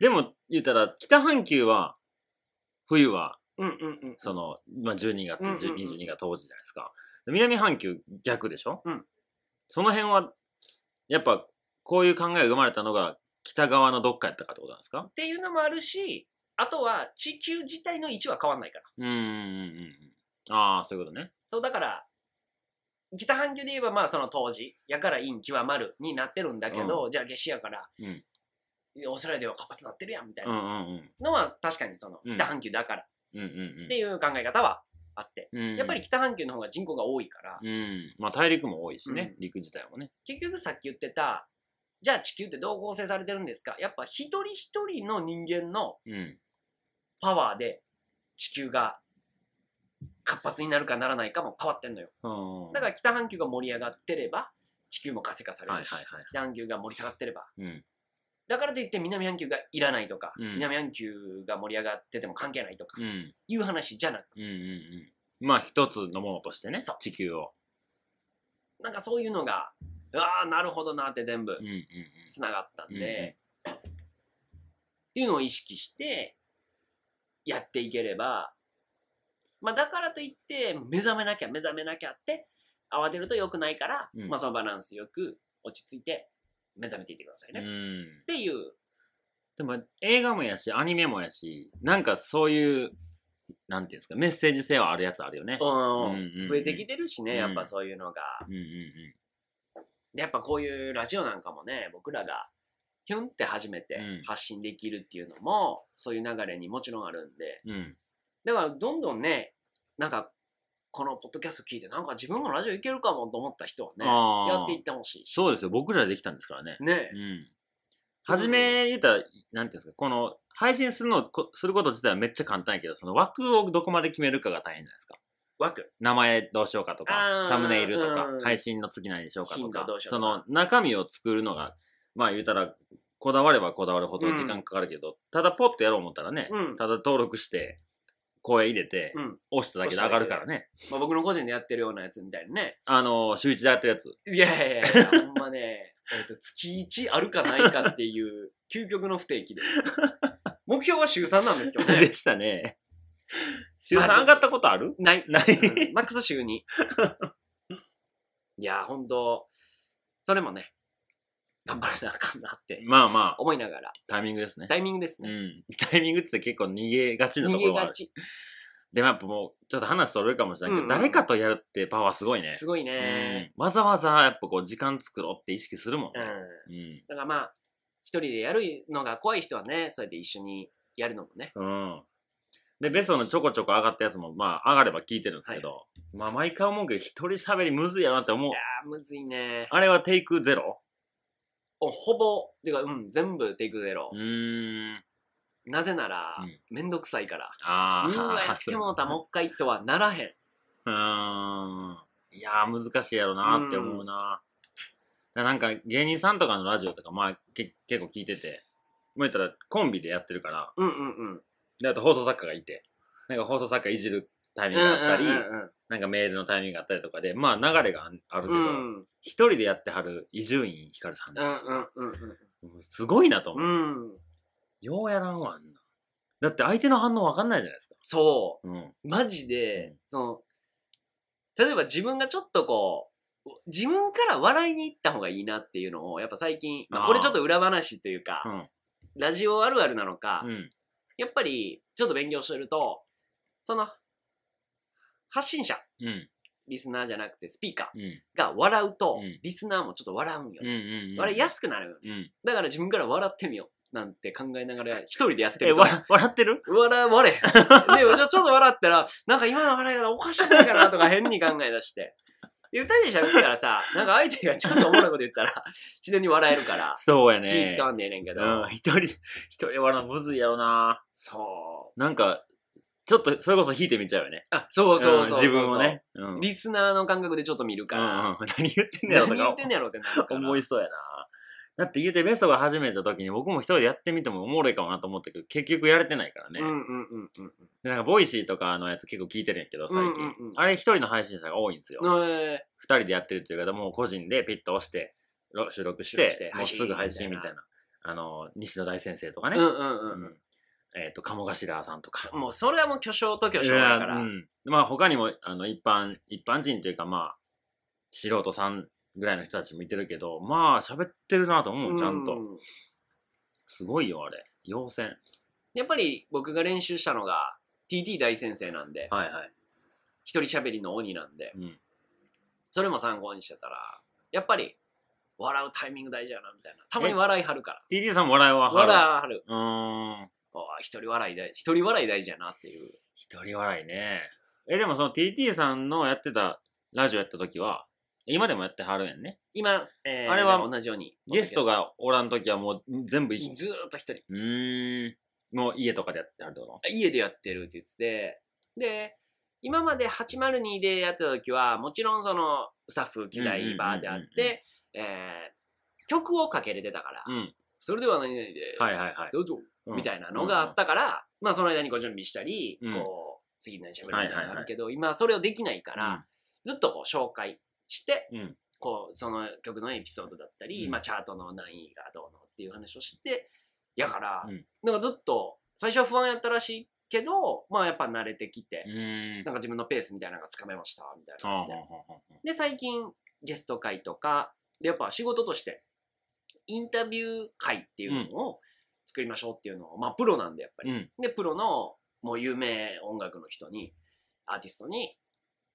でも、言うたら、北半球は、冬は、
うんうんうん
その、まあ、12月、
うんうんうん
22が当時じゃないですか。で南半球逆でしょ
うん。
その辺は、やっぱ、こういう考えが生まれたのが、北側のどっかやったかってことなんですか
ていうのもあるし、あとは地球自体の位置は変わんないから。
うんうんうんうん。ああ、そういうことね。
そうだから北半球で言えばまあその当時やから陰極まるになってるんだけど、じゃあ夏至やから、
うん
オーストラリアでは活発になってるやんみたい
うんう
なん
うん。
のは確かにその
うん
北半球だから
うんうんうん
っていう考え方はあって、
うん
やっぱり、北半球の方が人口が多いから、
うん。まあ大陸も多いしね、
う
陸自体もね。
結局さっき言ってたじゃあ地球ってどう構成されてるんですかやっぱ一人一人の人間の
うん。
パワーで地球が活発になるかならないかも変わってんのよ
うん
だから北半球が盛り上がってれば地球も活性化され
はい
るし、
はいはい。
北半球が盛り下がってれば
うん。
だからといって南半球がいらないとか、
うん
南半球が盛り上がってても関係ないとか
うん。
いう話じゃなく、
うんうんうん。まあ一つのものとしてね
そう、
地球を。
なんかそういうのがああなるほどなって全部
うんうんうん。
つながったんで、
うんうん
っていうのを意識してやっていければ、まあ、だからといって目覚めなきゃ目覚めなきゃって慌てると良くないから、
うん
まあ、そのバランスよく落ち着いて目覚めていってくださいね、
う
っ
ん。
ていう
でも映画もやし、アニメもやし、なんかそういう、なんていうんですか、メッセージ性はあるやつあるよね。んうんうん
増えてきてるしね、
うん
やっぱそういうのが。
うんうんうん。
でやっぱこういうラジオなんかもね僕らがヒュンって初めて
うん
発信できるっていうのも、そういう流れにもちろんあるんで
うん、
だからどんどんねなんかこのポッドキャスト聞いてなんか自分もラジオいけるかもと思った人はね
あー
やっていってほしいし
そうですよ僕らできたんですからね、
ね
うん、
そうそう
初め言ったらなんていうんですかこの配信するのこすること自体はめっちゃ簡単やけどその枠をどこまで決めるかが大変じゃないですか
枠
名前どうしようかと
あ
か
ー
サムネイルとか
うん
配信の次何にしようかと
頻
か
度どうしようか
その中身を作るのがまあ言うたらこだわればこだわるほど時間かかるけど、ただポッとやろう思ったらね、
うん
ただ登録して声入れて、
うん、
押しただけで上がるからね
まあ、僕の個人でやってるようなやつみたいなね
あの週一でやってるやつ
いやいやいやほんまね、 えっと月1あるかないかっていう究極の不定 期です目標は週3なんですけどね
でし たね。週3上がったことある
ない
ない。
うんマックス週にいやー、ほんと、それもね、頑張らなあかんなって
まあまあ、
思いながら、
タイミングですね。
タイミングです
う
ね。
ん。タイミングって結構逃げがちなと
逃
こ
げ
ろはあ
が
る。
ち。
でもやっぱもう、ちょっと話それるかもしれない
う
けど、
んうん
誰かとやるってパワーすごいね。
すごいね、
うんわざわざやっぱこう、時間作ろうって意識するもん
うん。
ね。うん。
だからまあ、一人でやるのが怖い人はね、そうやって一緒にやるのもね。
うん。で、ベストのちょこちょこ上がったやつも、まあ、上がれば聞いてるんですけど、まあ、毎回思うけど、一人喋りむずいやろなって思う
いや。ー、むずいね。
あれはテイクゼロ
おほぼ、てか、うん、全部テイクゼロ
う。ーん。
なぜなら、
うん
めんどくさいから。
ああ。
うわ、やってもうた、もう一回とはならへん。
うーん。いやー、難しいやろなーって思うな。だなんか、芸人さんとかのラジオとか、まあ、け結構聞いてて、もう言ったらコンビでやってるから、
うんうんうん。
で、あと放送作家がいて、なんか放送作家いじるタイミングがあったり、
うんうん
なんかメールのタイミングがあったりとかで、まあ流れがあんあるけ
う
ど、
ん。うん
一人でやってはる伊集院光さん
うん
ですと
う
か
んうんうん。
もうすごいなと思う。
うん。
ようやらんわ、あんな。だって相手の反応わかんないじゃないですか。
そう。
うん。
マジで、
うん
その、例えば自分がちょっとこう、自分から笑いに行った方がいいなっていうのを、やっぱ最近、まあ
あー
これちょっと裏話というか、
うん。
ラジオあるあるなのか、
うん。
やっぱりちょっと勉強してると、その、発信者、
うん。
リスナーじゃなくてスピーカ
うん。
ーが笑うと、
うん
リスナーもちょっと笑うんよ。
うん。うん。
笑いやすくなるよ。
うん。
だから自分から笑ってみよう。なんて考えながら一人でやって
え、
ると。
わ笑ってる
笑われ へん。でも、ちょちょっと笑ったら、なんか今の笑い方おかしいんじゃないかなとか変に考え出して。で、歌で喋ったらさ、なんか相手がちゃんとおもろいこと言ったら、自然に笑えるから、
そうや
気
ね。
使わんでええねんけど、
うん、一人、一人で笑うのむずいやろな。
そう。
なんか、ちょっと、それこそ引いてみちゃうよね。
あ、そうそうそうそう、
ん自分をね。うん。
リスナーの感覚でちょっと見るか
うん
ら、
うん何言ってんねやろ
何
と
言
か
ってんねやろってなるから。
思いそうやな。だって言うて、ベストが始めた時に僕も一人でやってみてもおもろいかもなと思ったけど、結局やれてないからね。
うんうんうんうん
で、なんか、ボイシーとかのやつ結構聞いてるんやけど、
うん
最近。
うんうん
あれ一人の配信者が多いんですよ。
うん。え
二人でやってるっていうか、もう個人でピッと押して、ろ収録し
収録
て、
して
もうすぐ配信みたいな。
配
あの、西野大先生とか
ー
ね。
うんうんうん。
えっ、と、鴨頭さんとか。
もうそれはもう巨匠と巨匠やか
い
ら。
やう
うん
んまあ他にもあの一般一般人というかまあ素人さんぐらいの人たちもいてるけど、まあ喋ってるなと思う、ちゃんと。
う
すごいよ、あれ。陽線。
やっぱり僕が練習したのが TT 大先生なんで、
はいはい。
一人喋りの鬼なんで、
うん。
それも参考にしてたら、やっぱり笑うタイミング大事やなみたいな。たまに笑いはるから。
TT さんも笑いは
笑い
は
はる。
る。うーん。
おー一人笑い大事。一人笑い大事やなっていう。
一人笑いね。え、でもその TT さんのやってた、ラジオやった時は、今でもやってはるやんね。
今、えー
あれは
同じように。
ゲストがおらん時はもう全部
ず
一、
ーっと一人。
うーん。もう家とかでやってはるってこ
家でやってるって言ってて、で、今まで802でやってた時は、もちろんそのスタッフ機
うんうんうんうんう
材
ん
バーであって、えー曲をかけれてたから、
とうん。
それでは何々です。
はいはいはい
どうぞ。
うん
みたいなのがあったから、まあその間にご準備したり、
うん
こう、次何喋るみたいな
はい
の
は
が
い
あ
はい
るけど、今それをできないから、ずっとこう紹介して、
うん
こう、その曲のエピソードだったり、
うん
まあチャートの何位がどうのっていう話をして、やから、
うん
なんかずっと、最初は不安やったらしいけど、まあやっぱ慣れてきて、
うーん。
なんか自分のペースみたいなのがつかめました、みたい
はあ
な
はあ
で。
はあはあ
で、最近、ゲスト会とか、で、やっぱ仕事として、インタビュー会っていうのを作りましょうっていうのを、まあ、プロなんで、やっぱ
う
り。
ん。
で、プロの、もう有名音楽の人に、アーティストに、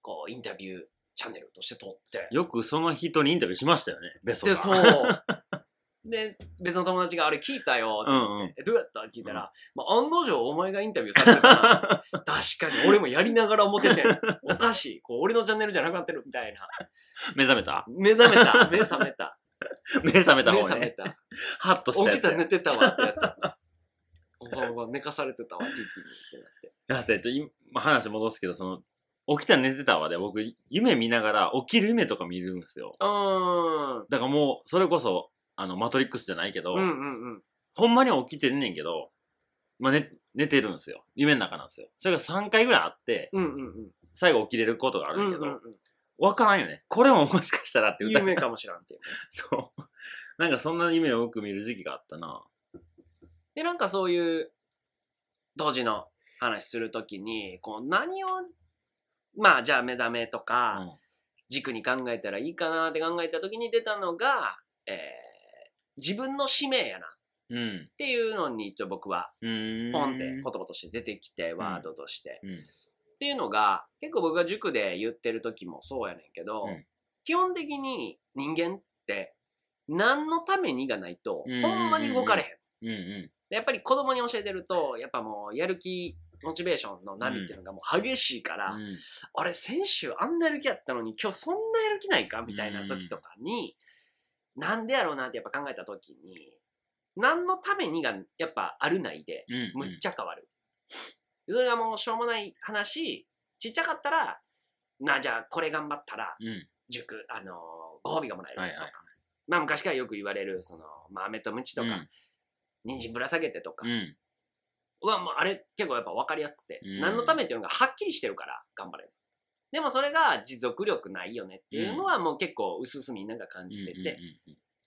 こう、インタビューチャンネルとして撮って。
よくその人にインタビューしましたよね、ベソが。
で、そう。で、別の友達が、あれ聞いたよって
う
言って、え
んうん。
どうやった聞いたら、まあ、案の定お前がインタビューされてた な確かに俺もやりながら思ってたやつおかしいこう俺のチャンネルじゃなくなってるみたいな
目覚めた
目覚めた目覚めた
目覚め
目
た方
覚め
ね。
た
ハッとした
起
やつ。
きた寝てたわ ってやつやなおかおか寝かされてたわ TT にってなって
いやせちょ今話戻すけど、その、起きたら寝てたわで、僕、夢見ながら、起きる夢とか見るんですよ。
うーん
だからもう、それこそ、あの、マトリックスじゃないけど、
うんうんうん
ほんまに起きてんねんけど、まあ、ね、寝てるんですよ。夢の中なんですよ。それが3回ぐらいあって、
うんうんうん
最後起きれることがあるんだけ
うんう
ど
ん、う
わ、からんよね。これももしかしたらって
ん
歌
有名かもしらんっていうね
そう。なんかそんな夢をよく見る時期があったな。
でなんかそういう当時の話するときにこう何をまあじゃあ目覚めとか、
うん
軸に考えたらいいかなって考えた時に出たのが、えー自分の使命やなっ
うん。
ていうのに一応僕は
うーん。
ポンって言葉として出てきてワードとして、
うん。
っていうのが結構僕が塾で言ってる時もそうやねんけど、
うん
基本的に人間って何のためにがないと
うん
ほんまに動かれへん。
うんう
でやっぱり子供に教えてるとやっぱもうやる気モチベーションの波っていうのがもう激しいから、
ん。うん
あれ先週あんなやる気やったのに今日そんなやる気ないかみたいな時とかに、なんでやろうなってやっぱ考えた時に何のためにがやっぱあるないで
うん。
むっちゃ変わる、それがもうしょうもない話ちっちゃかったらなじゃあこれ頑張ったら
うん。
塾あのーご褒美がもらえるとか、
はいはい
まあ昔からよく言われるその、まあ、飴とムチとか、人参ぶら下げてとか、
うん。うん。
はもうあれ結構やっぱ分かりやすくて、
うん
何のためっていうのがはっきりしてるから頑張れるでもそれが持続力ないよねっていうのはもう結構薄々みんなが感じてて、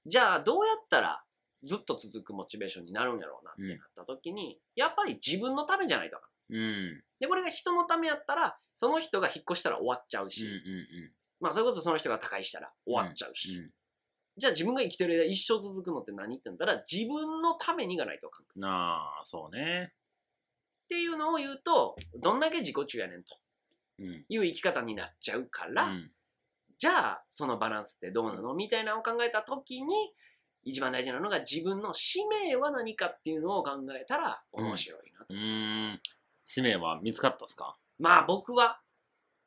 じゃあどうやったらずっと続くモチベーションになるんやろうなってなった時に、やっぱり自分のためじゃないとあかん
うん。うん。
でこれが人のためやったらその人が引っ越したら終わっちゃう
うん
し、
うん
まあそれこそその人が他界したら終わっちゃうし、
う
じゃあ自分が生きてる間一生続くのって何ってなったら自分のためにがないとあかん
ん。なあ、そうね。
っていうのを言うとどんだけ自己中やねんと。
うん。
いう生き方になっちゃうから、
うん
じゃあそのバランスってどうなのみたいなのを考えた時に一番大事なのが自分の使命は何かっていうのを考えたら面白いなと、
うーん。使命は見つかったっすか
まあ僕は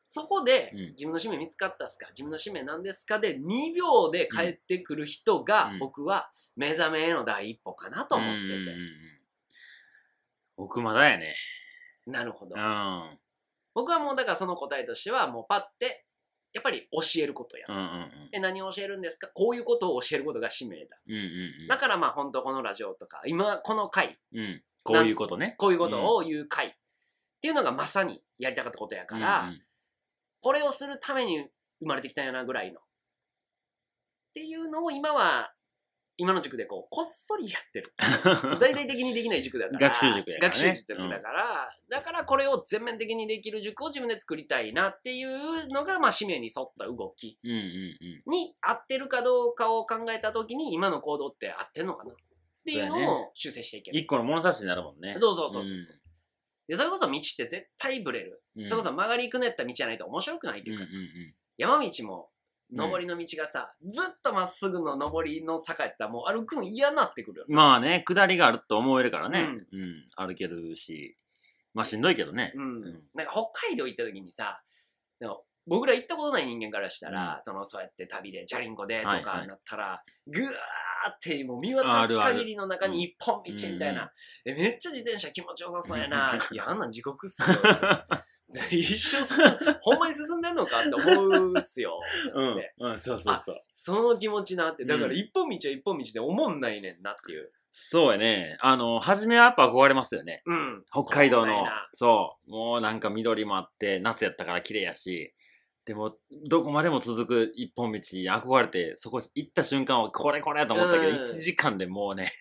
そこで
うん
自分の使命見つかったっすか自分の使命なんですかで2秒で帰ってくる人が
うん
僕は目覚めへの第一歩かなと思って
うんうんう
て、
ん僕まだやね。
なるほど
うん。
僕はもうだからその答えとしてはもうパッてやっぱり教えることや、
うんうん
え何を教えるんですかこういうことを教えることが使命だ
うん。うんうん
だからまあ本当このラジオとか今この回
うん。うん。こういうことね。
こういうことを言う回っていうのがまさにやりたかったことや から、
うんうん
これをするために生まれてきたんやなぐらいのっていうのを今は今の塾でこう、こっそりやって る。そう大々的にできない塾だから。
学習塾やからね
学習塾だから。だからこれを全面的にできる塾を自分で作りたいなっていうのが、まあ、使命に沿った動き
うんうん
に合ってるかどうかを考えたときに、今の行動って合ってるのかなっていう
そうや
のを修正していけ
うん。
る。
一個の物差しになるもんね。
そうそうそうそう。
ん
で、それこそ道って絶対ブレる。
うん
それこそ曲がりくねった道じゃないと面白くないと
う
い
ん
ううんか
う
さ、
ん
山道も上りの道がさ、ずっとまっすぐの上りの坂やったらもう歩くん嫌なってくるよね、
まあね、下りがあると思えるからね。うん。歩けるし。まあしんどいけどね。
うん
ん
なんか北海道行った時にさでも僕ら行ったことない人間からしたら、そのそうやって旅でチャリンコでと
はいは
か
い
なったら、ぐわーってもう見渡す
あるある
限りの中に一本道みたいな、えめっちゃ自転車気持ちよさそうやないやあんなん地獄っ すよ一生進んほんまに進んでんのかって思うっすよ、だって
うん。うん、そうそうそう。
その気持ちなってだか
う
ら
ん
一本道は一本道で思んないねんなっていう、
そうやね。あの、初めはやっぱ憧れますよね。
うん、
北海道
そう
の
だよな。
そう。もうなんか緑もあって、夏やったから綺麗やし。でも、どこまでも続く一本道に憧れて、そこ行った瞬間はこれこれと思ったけど、
うん
1時間でもうね、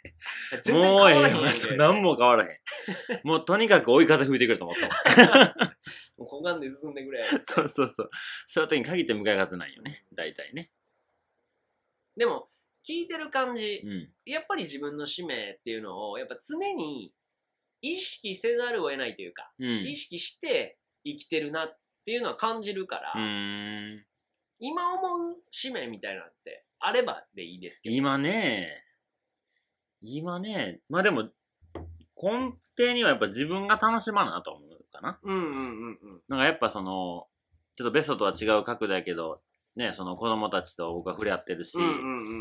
全然変わらへん
もう
やん
え
け
えよ。何も変わらへん。もうとにかく追い風吹いてくると思ったもん。
もうこがんで進んでくれ
そうそうそう。そういう時に限って向かい風ないよね。大体ね。
でも聞いてる感じ、
うん。
やっぱり自分の使命っていうのをやっぱ常に意識せざるを得ないというか、
う
意
ん。
識して生きてるなっていうのは感じるから、
うーん。
今思う使命みたいなのってあればでいいですけど、
今ね、今ね、まあでも、根底にはやっぱ自分が楽しまなと思うかな。
うんうんうんうん
なんかやっぱその、ちょっとベストとは違う角度やけど、ね、その子供たちと僕は触れ合ってるし、
うんうんうんう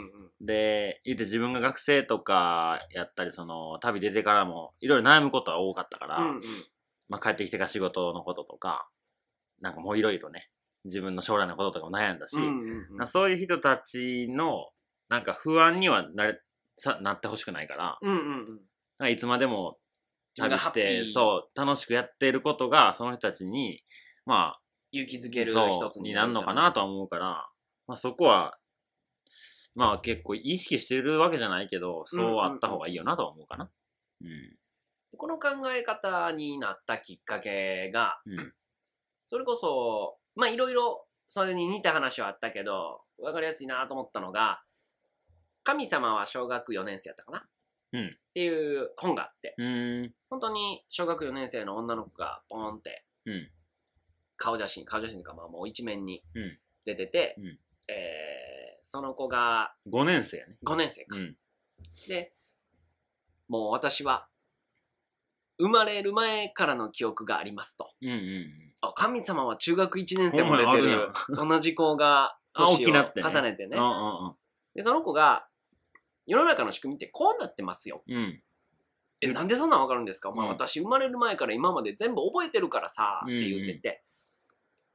ん
で、言って自分が学生とかやったり、その、旅出てからも、いろいろ悩むことは多かったから、
うんうん
まあ帰ってきてから仕事のこととか、なんかもういろいろね、自分の将来のこととかも悩んだし、
うんうんうん
なそういう人たちのなんか不安にはなれさなってほしくないから
うんうんうん
なんかいつまでも
自分
旅
がハ
し
ッピー
てそう楽しくやっていることがその人たちにまあ
勇気づける
そ
一
う
つ
になるのかなとは思うから、まあ、そこはまあ結構意識してるわけじゃないけどそうあった方がいいよなとは思うかな。うん
この考え方になったきっかけが
うん
それこそ、まあいろいろそれに似た話はあったけど、わかりやすいなと思ったのが、神様は小学4年生やったかな、
うん
っていう本があって、
うーん
本当に小学4年生の女の子がポーンって
うん
顔写真、顔写真というかまあもう一面に
うん
出てて、
うん
えーその子が
5年生やね。
5年生か。
うん
で、もう私は生まれる前からの記憶がありますと。
うんうん
あ神様は中学1年生も出て
ほんまやあ
る
る
同じ子が
あ
年を
大きなってね
重ねて
う
ね
ん。うん
でその子が世の中の仕組みってこうなってますよ。
うんうん
え
うん
なんでそんなんわかるんですか、お前
うん
私生まれる前から今まで全部覚えてるからさって言ってて、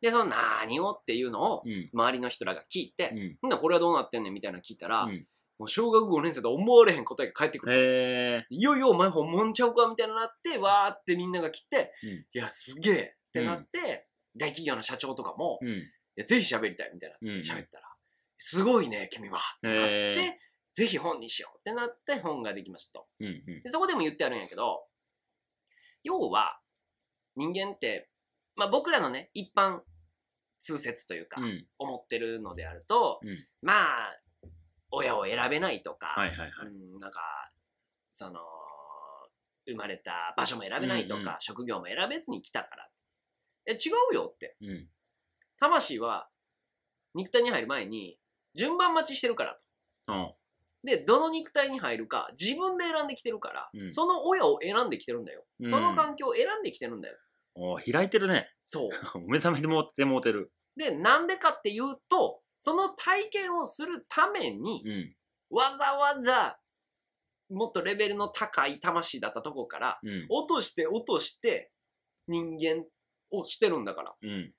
でその何をっていうのを
うん
周りの人らが聞いて、
うん
ほんならこれはどうなってんねんみたいなの聞いたら、
うん
もう小学5年生と思われへん答えが返ってくる。
へえ
いよいよお前本物ちゃうかみたいなのなってわーってみんなが来て、
うん
いやすげえってなって、大企業の社長とかも、
うん
いやぜひ喋りたいみたいな
うん
喋ったら、すごいね君はってなっ
へー
てぜひ本にしようってなって本ができましたと
うんうん
でそこでも言ってあるんやけど要は人間って、まあ、僕らのね一般通説というか、
うん
思ってるのであると、
うん
まあ親を選べないとか、
はいはいはい。
うん、なんかその生まれた場所も選べないとか、
うんうん
職業も選べずに来たからえ違うよって
うん。
魂は肉体に入る前に順番待ちしてるからと。
うん。
で、どの肉体に入るか自分で選んできてるから、
うん
その親を選んできてるんだよ。
うん
その環境を選んできてるんだよ。
おー開いてるね。
そう。
目覚めてもうてもうてる。
で、なんでかっていうと、その体験をするために、
うん。
わざわざもっとレベルの高い魂だったとこから、
うん。
落として落として人間をしてるんだから。
うん。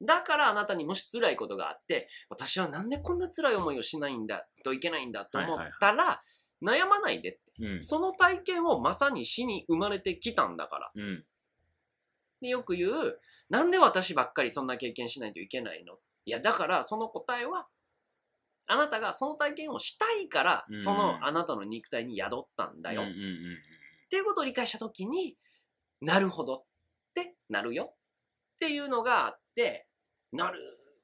だからあなたにもし辛いことがあって私はなんでこんな辛い思いをしないんだといけないんだと思ったら、悩まないでって
うん。
その体験をまさに死に生まれてきたんだから
うん。
でよく言うなんで私ばっかりそんな経験しないといけないのいやだからその答えはあなたがその体験をしたいから
うん
そのあなたの肉体に宿ったんだよ、
うんう
っ
んうん
ていうことを理解した時になるほどってなるよっていうのがあってなる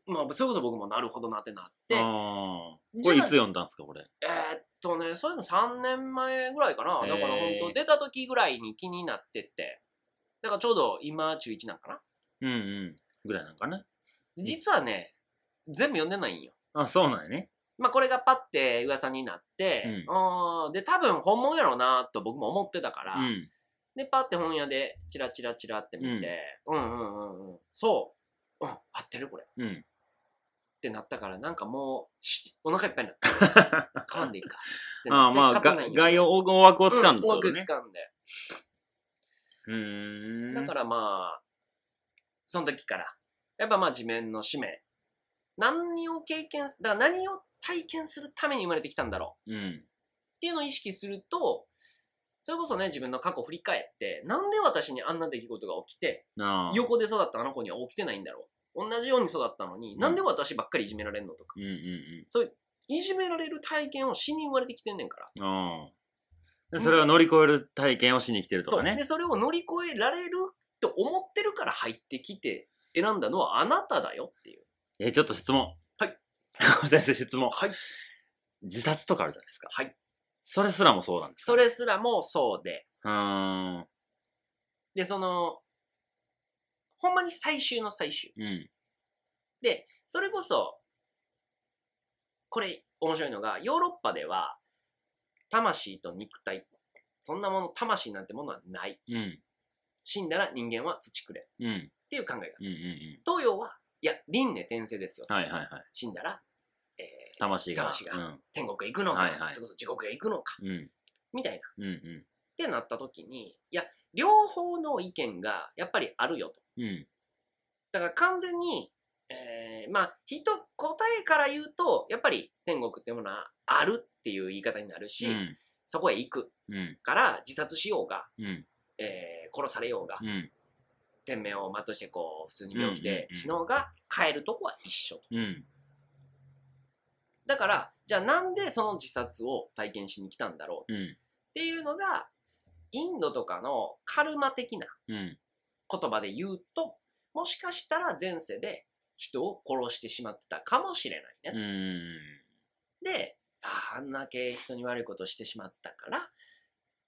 まあそれこそ僕もなるほどなってなって
あーこれいつ読んだんですかこれ
えーっとねそういうの3年前ぐらいかな
へー
だから本当出た時ぐらいに気になってってだからちょうど今中1なんかな
うんうんぐらいなんかな
で実はね全部読んでないんよ
あそうなんやね
まあこれがパッて噂になって、うん、で多分本物やろうなと僕も思ってたから、
うん
でパッて本屋でチラチラチラって見て、うん、うんうんうんそう、うん、合ってるこれっ
うん
てなったからなんかもうしお腹いっぱいになった噛んでいいかってな
あ
っ
あ
て
ま
買
あ
って
が
ないんよ
概要大枠をつかんだっ
う
てこ
ん
と
うま
ね
く掴んで
うーん
だからまあその時からやっぱまあ自面の使命何を経験すだから何を体験するために生まれてきたんだろう
うん
っていうのを意識するとそれこそね自分の過去を振り返ってなんで私にあんな出来事が起きて
なあ
横で育ったあの子には起きてないんだろう同じように育ったのに、
うん
なんで私ばっかりいじめられるのとか
うんうんうん
いじめられる体験をしに生まれてきてんねんから
ああでそれを乗り越える体験をしに来てると
そ
か
う
ね
でそれを乗り越えられると思ってるから入ってきて選んだのはあなただよっていう
えーちょっと質問
はい
先生質問
はい
自殺とかあるじゃないですか
はい
それすらもそうなんですか
それすらもそうで
うーん
でそのほんまに最終の最終
うん
で、それこそ、これ面白いのが、ヨーロッパでは、魂と肉体、そんなもの、魂なんてものはない。
うん
死んだら人間は土くれ。っ
うんうん
ていう考え方。
うんうん
東洋は、いや、輪廻転生ですよ。
はいはいはい
死んだら、えー
魂が
魂が天国へ行くのか、
はいはい
それこそ地獄へ行くのか、
うんうん
みたいな。っ
うんう
てなった時に、いや、両方の意見がやっぱりあるよと。
んうん
だから完全に、えーまあ人答えから言うとやっぱり天国っていうものはあるっていう言い方になるし、
うん
そこへ行く
うん
から自殺しようが、
うん
えー殺されようが、
うん
天命を全うしてこう普通に病気
うんうん
で
うん
死のうが帰るとこは一緒と
うん
だからじゃあなんでその自殺を体験しに来たんだろう
うん
っていうのがインドとかのカルマ的な
うん
言葉で言うともしかしたら前世で人を殺してしまってたかもしれないねと。
うん
で、あーあんだけ人に悪いことしてしまったから、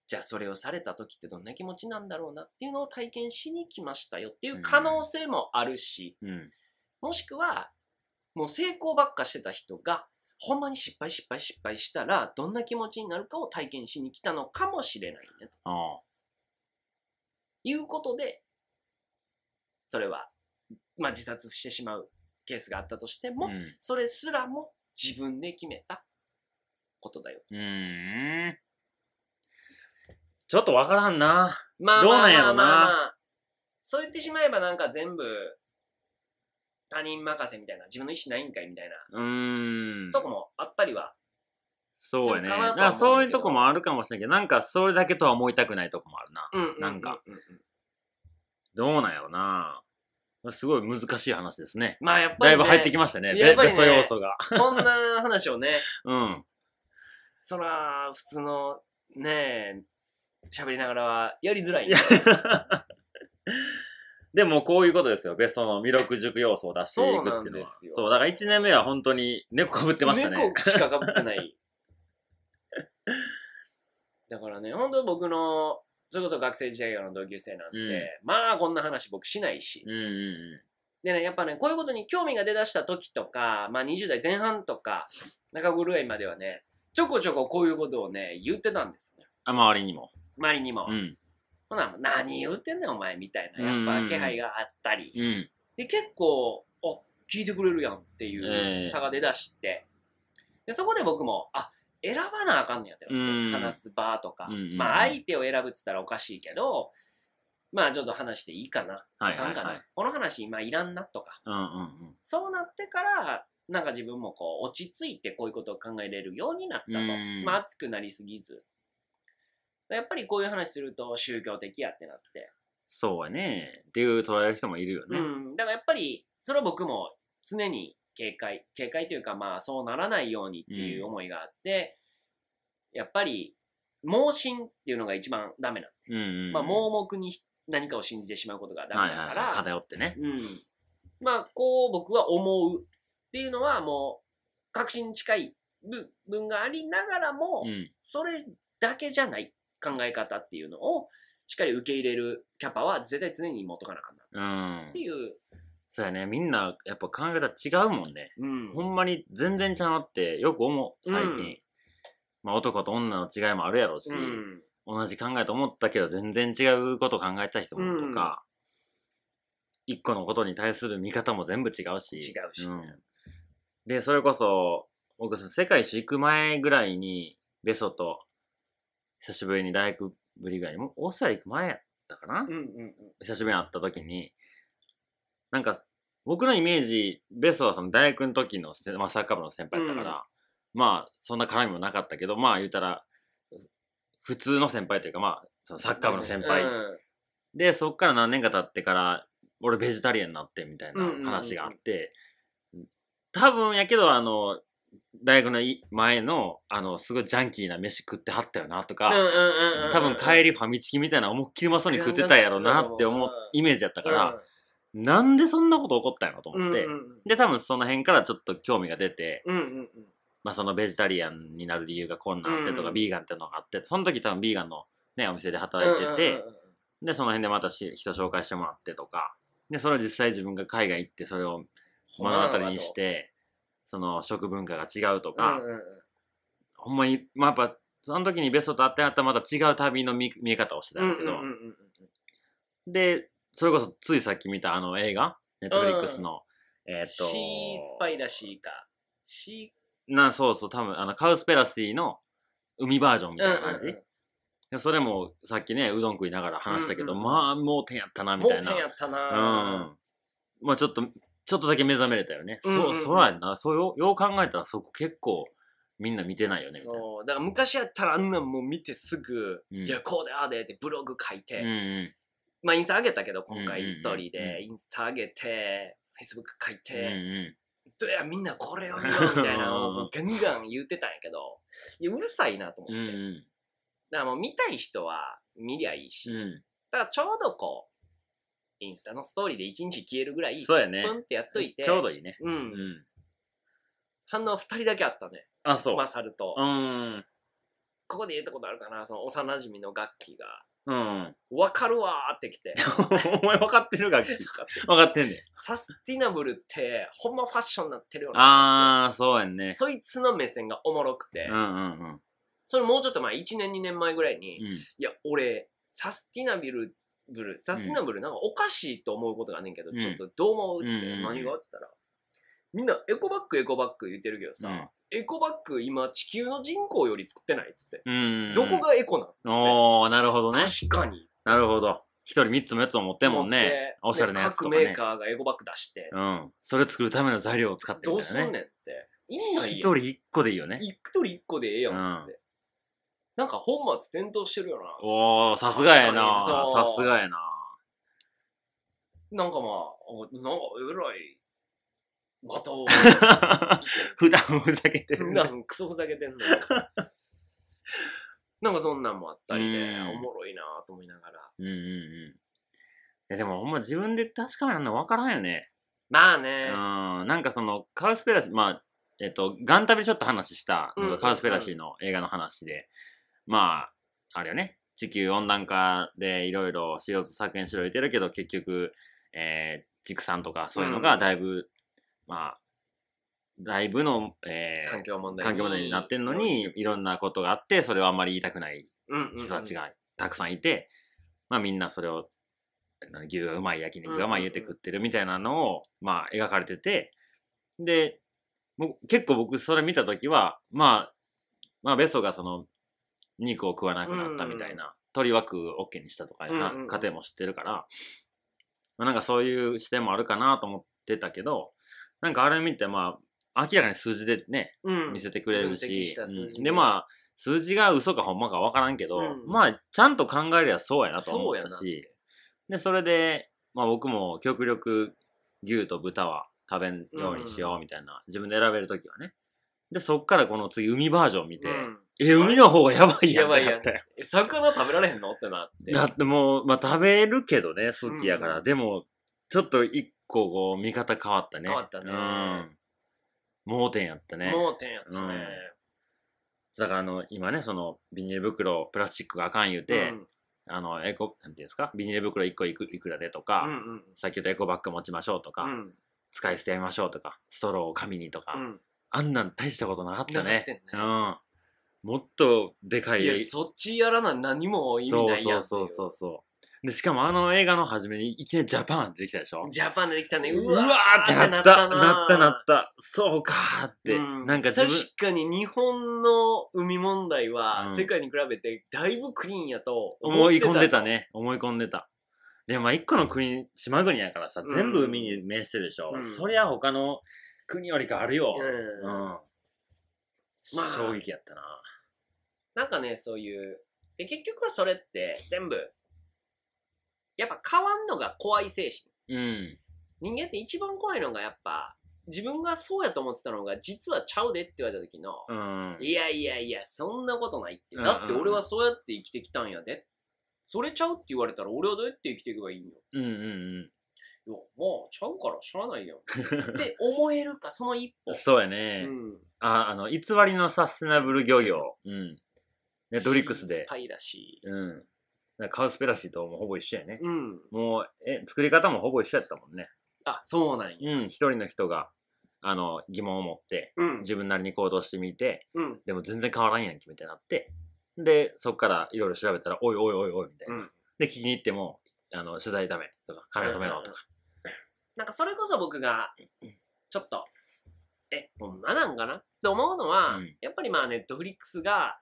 じゃあそれをされた時ってどんな気持ちなんだろうなっていうのを体験しに来ましたよっていう可能性もあるし、
うん
もしくは、もう成功ばっかしてた人が、ほんまに失敗失敗失敗したら、どんな気持ちになるかを体験しに来たのかもしれないね。と
ああ
いうことで、それは、まあ自殺してしまうケースがあったとしても、
うん
それすらも自分で決めたことだよ。
うーんちょっとわからんな
まあ
どう
ま
な
あ
んや
ま
ろ
あまあ、
な
まあ、そう言ってしまえばなんか全部他人任せみたいな自分の意思ないんかいみたいな
うーん
とこもあったりは
そうやね
するかなとは思うんだ
だか
けど
らそういうとこもあるかもしれんけどなんかそれだけとは思いたくないとこもあるななんか
うんうんうん
どうなんやろなすごい難しい話ですね
まあやっぱ
だ
り、
い
ね、
ぶ入ってきましたね。
やっ
ベ
ぱり
ベ
ね
スト要素が。
こんな話をね
うん。
そら普通のね喋りながらはやりづらいね
いやでもこういうことですよ。ベストの魅力塾要素を出していくっていうの
そうなんで
は。
す
そう
よ
だから1年目は本当に猫かぶってましたね。
猫しかかぶってない だからね本当に僕のそれこそ学生時代の同級生なんて、まあこんな話僕しないし、
うんう
でね、やっぱね、こういうことに興味が出だした時とか、まあ20代前半とか、中頃ぐらいまではね、ちょこちょここういうことをね、言ってたんですよね。
ん。あ、周りにも。
周りにも。
うん。
ほな、何言ってんねんお前みたいな、
うんうん
や
う
っ
ん
ぱ気配があったり。
うん。
で、結構、あ、聞いてくれるやんって
え
い
え
う差が出だして、で、そこで僕も、あ、選ばなあかんねんやってなって、
うん
話す場とか、
うんうんうん
まあ相手を選ぶっつったらおかしいけど、まあちょっと話していいかな、
は
あ
い
か
は
ん
い
か
はい
な。、この話今いらんなとか、
うんうん
そうなってから、なんか自分もこう落ち着いてこういうことを考えれるようになったと
うん。
まあ熱くなりすぎず。やっぱりこういう話すると宗教的やってなって。
そうやね。っていう捉える人もいるよ
う
ね。
ん。だからやっぱり、それは僕も常に警戒警戒というかまあそうならないようにっていう思いがあって、やっぱり盲信っていうのが一番ダメなんで、
うんうん
まあ、盲目に何かを信じてしまうことがダ
は
メ
い
だか
はい
ら、
はい、偏ってね。
うん、まあこう僕は思うっていうのはもう確信に近い部分がありながらも、
うん。
それだけじゃない考え方っていうのをしっかり受け入れるキャパは絶対常に持っとかなあかんなっ
うん
て。いう、
そうやね。みんな、やっぱ考え方違うもんね。
うん
ほんまに全然ちゃうなってよく思う、最近。
うん
まあ男と女の違いもあるやろうし、
うん
同じ考えと思ったけど全然違うこと考えた人もとか、一個のことに対する見方も全部違うし。
違うしね
んで、それこそ、僕、世界一周行く前ぐらいに、ベソと、久しぶりに大学ぶりぐらいに、もうオーストラリア行く前やったかな、
うんうん
久しぶりに会った時に、なんか、僕のイメージ、ベソはその大学の時のせ、まあ、サッカー部の先輩だったから、まあ、そんな絡みもなかったけど、まあ、言うたら、普通の先輩というか、まあ、そのサッカー部の先輩。
うん
で、そっから何年か経ってから、俺ベジタリアンになってみたいな
うんうんうん
話があって、多分やけど、あの、大学のい前の、あの、すごいジャンキーな飯食ってはったよなとか、
うんうんうんうん
多分帰りファミチキみたいな思いっきりうまそうに食ってたやろなって思うイメージやったから、なんでそんなこと起こったんやろと思って、
うんうん
で多分その辺からちょっと興味が出て、
うんうんうん
まあ、そのベジタリアンになる理由がこんなんあってとか、
うん
ビーガンってのがあってその時多分ビーガンの、ね、お店で働いてて、
うんうんうん
でその辺でまたし人紹介してもらってとかでそれを実際自分が海外行ってそれを目の当たりにしてその食文化が違うとか、
うんうんうん
ほんまに、まあ、やっぱその時にベストと会ってなったらまた違う旅の見見え方をしてたんだけど、
うんうんうんうん
でそれこそついさっき見たあの映画ネットフリックスの、えーっ
シ
と
ースパイらしいかシ
なそうそう多分あのカウスペラシーの海バージョン
ー
みたいな感じ、
うんうん
でそれもさっきねうどん食いながら話したけど、
うんうん
まあ盲点やったな
うん
み
盲
たいな
点やった
う
なん
まあちょっとちょっとだけ目覚めれたよね、
うんうんう
そ
ん
うそうやんなそうよよう考えたらそこ結構みんな見てないよねみたいな
そうだから昔やったらあんなんもう見てすぐ「
うん
いやこうでああで」ってブログ書いて、
うんうん
まあインスタ上げたけど今
うんうんう
回
ん
ストーリーでインスタ上げてフェイスブック書い
うん
て
う
「どやみんなこれを見よ」みたいなのをもうガンガン言ってたんやけどいやうるさいなと思っ
んう
て、だか
ん
らもう見たい人は見りゃいいし、
うんうん
ただちょうどこうインスタのストーリーで一日消えるぐらい
そうやね
ポンってやっといて
ちょうどいいね
う、
うんん
反応2人だけあったね
あそう、
マサルと、
うん
ここで言ったことあるかなその幼馴染の楽器が
うん
「分かるわ」ってきて
お前分かってる楽器分かってんね
サスティナブルってほんまファッションになってるよなっ
ああそうやん
て
ね
そいつの目線がおもろくて、
うんうんうん
それもうちょっと前1年2年前ぐらいに、い
うん
や俺サスティナビルブルサスティナブルなんかおかしいと思うことがあんねんけど、
うん
ちょっとどう思うっつって、
うんうんうん
何がっつったらみんなエコバッグエコバッグ言ってるけどさ、
うん
エコバッグ今地球の人口より作ってないっつって、
うん
どこがエコなん
おおなるほどね
確かに
なるほど一人三つも四つも持ってんもん
思って
ねおしゃれなやつとか
各メー
ね
カーがエコバッグ出して、
うんそれ作るための材料を使って
ど
み
う
たい
す
なん
ね
ね
んって意味ない
一
やん
人一個でいいよね
一人一個でええやんっつって、なんか本末転倒してるよな
おおさすがや
確か
な
にそう
さすがやな
なんかまあおなんかえらいま た
普段ふざけてる
なんかクソふざけてんの なんかそんなんもあったりで、
うん
おもろいなと思いながら
うんうんうんいやでもほんま自分で確かめるの分からんよね
まあ
う
ね
んなんかそのカウスペラシーまあえっとガンタビでちょっと話したのが
うんうん
カウスペラシーの映画の話でまああれよね地球温暖化でいろいろ CO2 削減しろ言ってるけど結局、えー、畜産とかそういうのがだいぶ、まあだいぶの、えー
環境問題
環境問題になってんの、に、いろんなことがあって、それをあんまり言いたくない
うんうんうん
人たちがたくさんいて、まあみんなそれを、な牛がうまい、焼肉がうまい言うて食ってるみたいなのを、まあ描かれてて、で、もう結構僕それ見たときは、まあ、まあベソがその、肉を食わなくなったみたいな、鳥枠を OK にしたとかいうな
うんうん
家庭も知ってるから、まあなんかそういう視点もあるかなと思ってたけど、なんかあれ見て、まあ、明らかに数字でね、
うん
見せてくれるし、
分析した数字
うんでまあ数字が嘘かほんまか分からんけど、
うん
まあちゃんと考えりゃそうやなと思った
そうや
しでそれで、まあ、僕も極力牛と豚は食べんようにしようみたいな、自分で選べる時はねでそっからこの次海バージョン見て、
うん
え海の方がやばいやん
やばいやん
ってなっ
え魚食べられへんのってなって
てだってもう、まあ、食べるけどね好きやから、
うん
でもちょっと一個こう見方変わったね
変わったね
うん盲点やったね
盲点やったね、
だからあの今ねそのビニール袋プラスチックがあかん言うて、
うん
あのエコなんていうんですかビニール袋1個いくいくらでとか、
うんうん
さっき言ったエコバッグ持ちましょうとか、
うん
使い捨てやめましょうとかストローを紙にとか、
うん
あんなん大したことなかった
なかっ
ね
たよね
うん、もっとでかい
いやそっちやらな何も意味
そう
ない
そ
やん
う
ってい
そうそうそうでしかもあの映画の初めにいきなりジャパンってできたでしょ
ジャパンでできたね
う
う
わ
わー
ーっ
ってて
な
な
っ
ったた
な
な
ったなったそうかーって、
うん
なんか自分
確かに日本の海問題は
うん
世界に比べてだいぶクリーンやと
思い
って
込んでたね思い込んでたでもまあ一個の国島国やからさ
うん
全部海に面してるでしょ、
うん
そりゃ他の国よりかあるよ、
うん
うん
まあ
衝撃やったな
なんかねそういうで結局はそれって全部やっぱ変わんのが怖い精神
うん
人間って一番怖いのがやっぱ自分がそうやと思ってたのが実はちゃうでって言われた時の、
うん
いやいやいやそんなことないって
うん
だって俺はそうやって生きてきたんやでそれちゃうって言われたら俺はどうやって生きていけばいいんよ
うんうん
いやまあちゃうからしゃあない よって思えるかその一歩
うんそうや
う
ね、
ん
ああの偽りのサステナブル漁業うんネットフリックスで
スパイらしい
うんだからカウスペラシーともほぼ一緒やね、
うん
もうえ作り方もほぼ一緒やったもんね
あそうなんや
うん一人の人があの疑問を持って
うん
自分なりに行動してみて
うん
でも全然変わらんやんけみたいになって、で、そっからいろいろ調べたら、おいおいおいおいみたいな。
うん
で、聞きに行っても、あの、取材ダメとか、カメラ止めろとか。
なんかそれこそ僕がちょっとえこんななんかなって思うのは、
うん
やっぱりまあネットフリックスが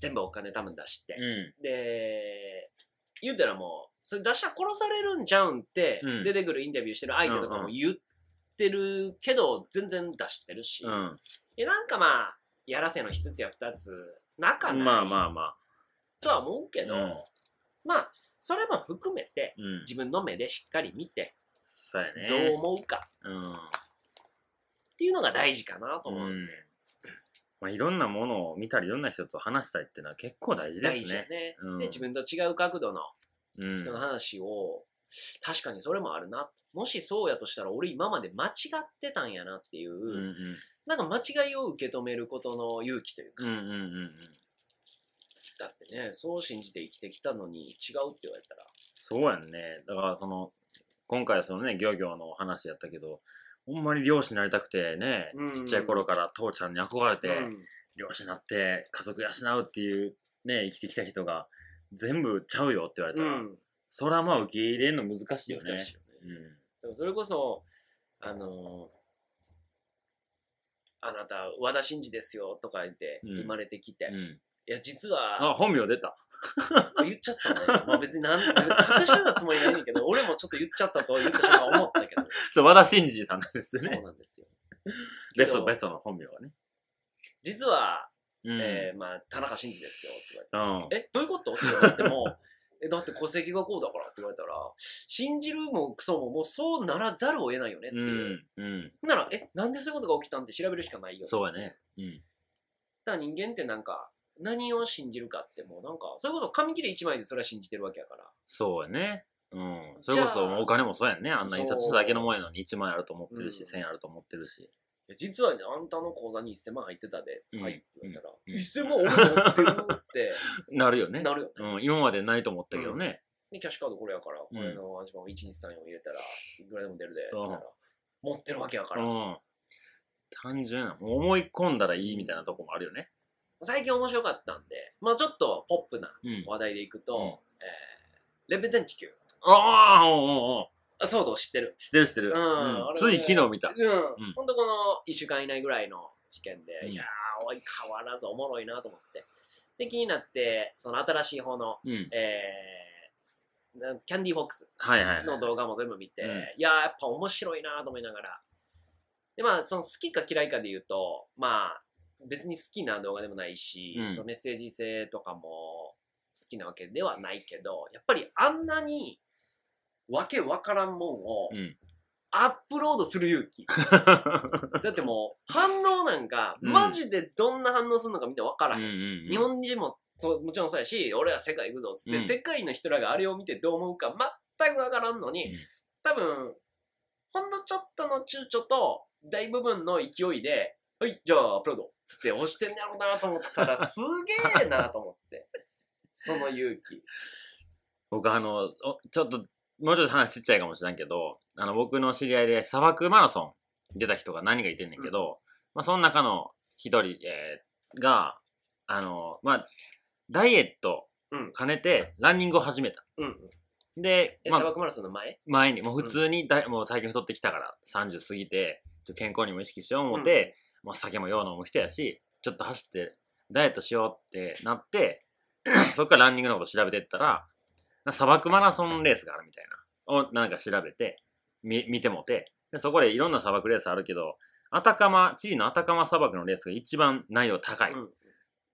全部お金多分出して、
うん。
で言うたらもうそれ出したら殺されるんじゃうんって、
うん
出てくるインタビューしてる相手とか
うん
も
うん
言ってるけど、全然出してるし、
うん。
えなんかまあやらせの一つや二つ仲ない
まあまあまあ。
とは思うけど、
うん
まあそれも含めて
うん。
自分の目でしっかり見て
そうやね。
どう思うかっていうのが大事かなと
うん。
思う、
うん。まあ、いろんなものを見たり、いろんな人と話したりっていうのは結構大事
大
で
事
す
だね
ね。うん
で自分と違う角度の
うん
人の話を、確かにそれもあるなもしそうやとしたら俺今まで間違ってたんやなっていう、
うんうん
なんか間違いを受け止めることの勇気というか、
うんうんうんうん。
だってねそう信じて生きてきたのに違うって言われたら
そうやんね。だから、その、今回はそのね、漁業の話やったけど、ほんまに漁師になりたくてね、
うん
ちっちゃい頃から父ちゃんに憧れて、
うん
漁師になって家族養うっていうね生きてきた人が全部ちゃうよって言われたら、
うん
それはまあ受け入れるの難しいよね
難しいよね、でもそれこそあのあなた和田真二ですよとか言って
うん
生まれてきて、
うん
い
うん
や実は
あ本名出た
あ言っちゃったね、まあ、別になん別に隠してたつもりないねんだけど俺もちょっと言っちゃったと言った瞬間思ったけど
そう和田真二さんなんですよ
そう
ね
なんですよ
ベスト
けど
ベストの本名はね
実は、
うん、
えーまあ、田中真二ですよって言われて
うん、
えどういうことって言われても えだって戸籍がこうだからって言われたら信じるもクソももうそうならざるを得ないよねって
う
いう、
んうん
ならえなんでそういうことが起きたんって調べるしかないよ
そうやねうん
だから人間ってなんか何を信じるかってもうなんかそれこそ紙切れ一枚でそれは信じてるわけやから
そうやねうん、そ
じゃ
れ
あ
こそお金もそうやんねあんな印刷しただけのもんやのに1万円あると思ってる
う
し、
ん
1000円あると思ってるし
いや実はねあんたの口座に1000万入ってたで、
うん
はいって言われたら、
うん
1000万俺持ってる
なるよね
ってなるよね
うん、今までないと思ったけどね、
でキャッシュカードこれやからこ
ん
れの暗証番号1234入れたらいくらでも出るでって
う
言
ん
ったら持ってるわけやか
う
ら、
ん、単純なもう思い込んだらいいみたいなとこもあるよね
最近面白かったんでまあちょっとポップな
うん
話題でいくと、
うん
えーレペゼン地球
ああ、おうおうおう
あ騒動知ってる
知ってる知ってる。
うん
うん
あれ
つい昨日見た。
うん、
ん
ほんとこの1週間以内ぐらいの事件で、
うん
いやーおい変わらずおもろいなと思ってで気になってその新しい方の
うん。
えーなキャンディーフォックス
はいはい。
の動画も全部見て、
うん
いやーやっぱ面白いなと思いながらでまあその好きか嫌いかで言うとまあ別に好きな動画でもないし、
うん
そのメッセージ性とかも好きなわけではないけどやっぱりあんなにわけわからんもんを
うん
アップロードする勇 気。だってもう、反応なんか、
うん
マジでどんな反応するのかみんな分から
うん
へん。
うんうん
日本人もそうもちろんそうやし、俺は世界行くぞっつって、
うん
世界の人らがあれを見てどう思うか全く分からんのに、
うん
多分、ほんのちょっとの躊躇と、大部分の勢いで、はい、じゃあアップロードっつって押してんだろうなと思ったら、すげえなと思 って。その勇気。
僕あのおちょっともうちょっと話ちっちゃいかもしれんけどあの僕の知り合いで砂漠マラソン出た人が何人かいてんねんけど、まあ、その中の一人、えーがあのまあダイエット
うん
兼ねてランニングを始めた、
うん。
で、
え、
ま
砂
あ、
漠マラソンの前
前にもう普通にだい、もう最近太ってきたから30過ぎてちょっと健康にも意識しよう思って、もう酒もよう飲む人やしちょっと走ってダイエットしようってなってそっからランニングのこと調べてったら砂漠マラソンレースがあるみたいなをなんか調べてみ見てもてでそこでいろんな砂漠レースあるけどアタカマチリのアタカマ砂漠のレースが一番難易度高い、
うん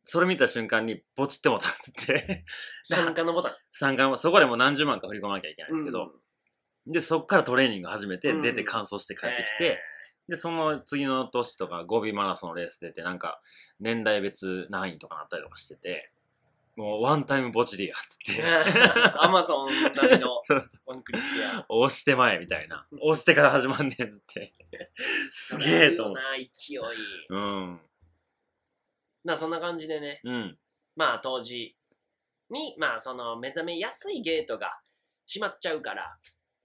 それ見た瞬間にポチってもたっつって
参加のボタン。
参加もそこでもう何十万か振り込まなきゃいけないんですけど、
うん
で、そっからトレーニング始めて、
うん
出て乾燥して帰ってきて、で、その次の年とか、5尾マラソンのレース出て、なんか、年代別何位とかなったりとかしてて、もうワンタイムぼちでや、つって。
アマゾン並みの
そうそう。
ワンクリックや。
押して前みた いな。押してから始まんねん、つって。すげえと思っ
な
て。
勢い。
うん。
なそんな感じでね、
うん。
まあ当時に、まあその目覚めやすいゲートが閉まっちゃうから、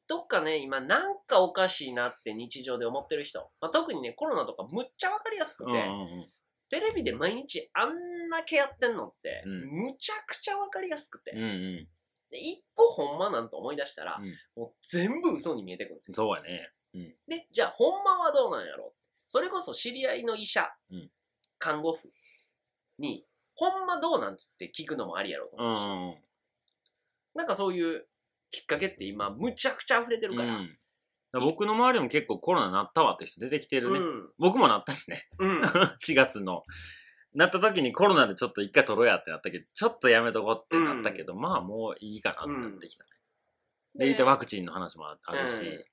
どっかね、今なんかおかしいなって日常で思ってる人、まあ、特にね、コロナとかむっちゃわかりやすく
う
て、
んうん
テレビで毎日あんだけやってんのって、
うん
むちゃくちゃわかりやすくて、
うん。うん
で一個ほんまなんと思い出したら、
うん
もう全部嘘に見えてくる。
うん。そうやね。うん。
で、じゃあ、ほんまはどうなんやろそれこそ知り合いの医者、
うん
看護婦に、ほんまどうなんて聞くのもありやろと
うんう
思うし、
ん
なんかそういうきっかけって今、むちゃくちゃ溢れて
う
る
ん。
から。
うんだから僕の周りでも結構コロナなったわって人出てきてるね。僕もなったしね。
うん。うん。
4月の。なった時にコロナでちょっと一回取ろうやってなったけど、ちょっとやめとこうってなったけど、まあもういいかなってなってきたね。 で、いてワクチンの話もああるし、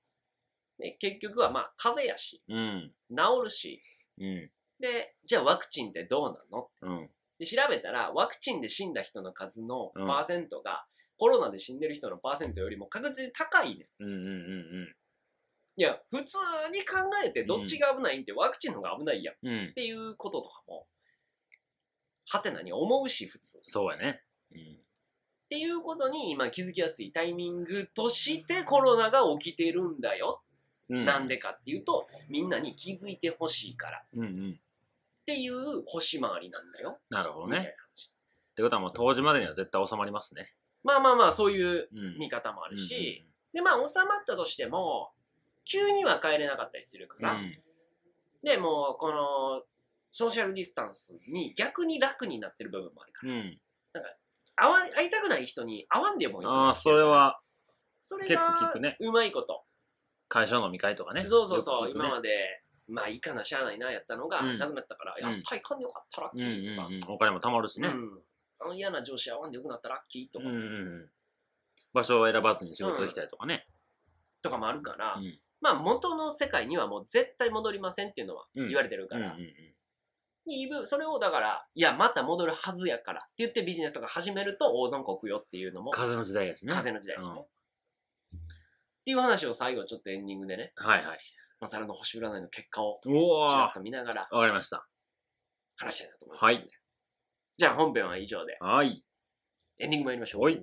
で結局は、まあ、風邪やし、
うん、
治るし、
うん、
で、じゃあワクチンってどうなの
うん、
で、調べたら、ワクチンで死んだ人の数の
うん
パーセントが、コロナで死んでる人のパーセントよりも確実に高いね。
うん、うん、うん
いや、普通に考えてどっちが危ないんって、ワクチンの方が危ないやん。
うん、うん
っ、ていうこととかも、はてなに思うし、普通。っ
そうやね。うん、
ていうことに今気づきやすいタイミングとしてコロナが起きてるんだよ。
うん、
なんでかっていうと、みんなに気づいてほしいから。っ
うん、うん、
ていう星回りなんだよ。
なるほど
みたいな
ね。
話
ってことはもう当時までには絶対収まりますね。
まあまあまあ、そういう
うん、
見方もあるし、
うん
で、まあ、収まったとしても、急には帰れなかったりするから、
うん、
で、もう、この、ソーシャルディスタンスに逆に楽になってる部分もあるから
う、ん、
会わ会いたくない人に会わんでもいいと思
あ
う
あ、それは
それが
結構聞くね
うまいこと、
会社の飲み会とかね。
そうそうそう、
よく聞くね
今までまあいいかなしゃあないなやったのが、
うん
なくなったから、
うん
やったいかんでよかったラッ
う
キ
ん、
ーとか、
うん、うん、お金も貯まるしね。
うんあの嫌な上司会わんでよくなったラッキーと
うん、
か,、
うん、うん。場所を選ばずに仕事できたりとかね。
とかもあるから、
うん
まあ元の世界にはもう絶対戻りませんっていうのは
うん
言われてる
う
か
ん、う
ら、
ん、うん。
にイブそれをだからいやまた戻るはずやからって言ってビジネスとか始めると大損こくよっていうのも
風の時代やしね。
風の時代ですね、
うん
っていう話を最後ちょっとエンディングでね、
はいはい。
マサルの星占いの結果を
おお。
ちらっ
わ
と見ながら
かりました。
話したいなと思います、
はい。
じゃあ本編は以上で、
はい。
エンディング参りましょう。
はい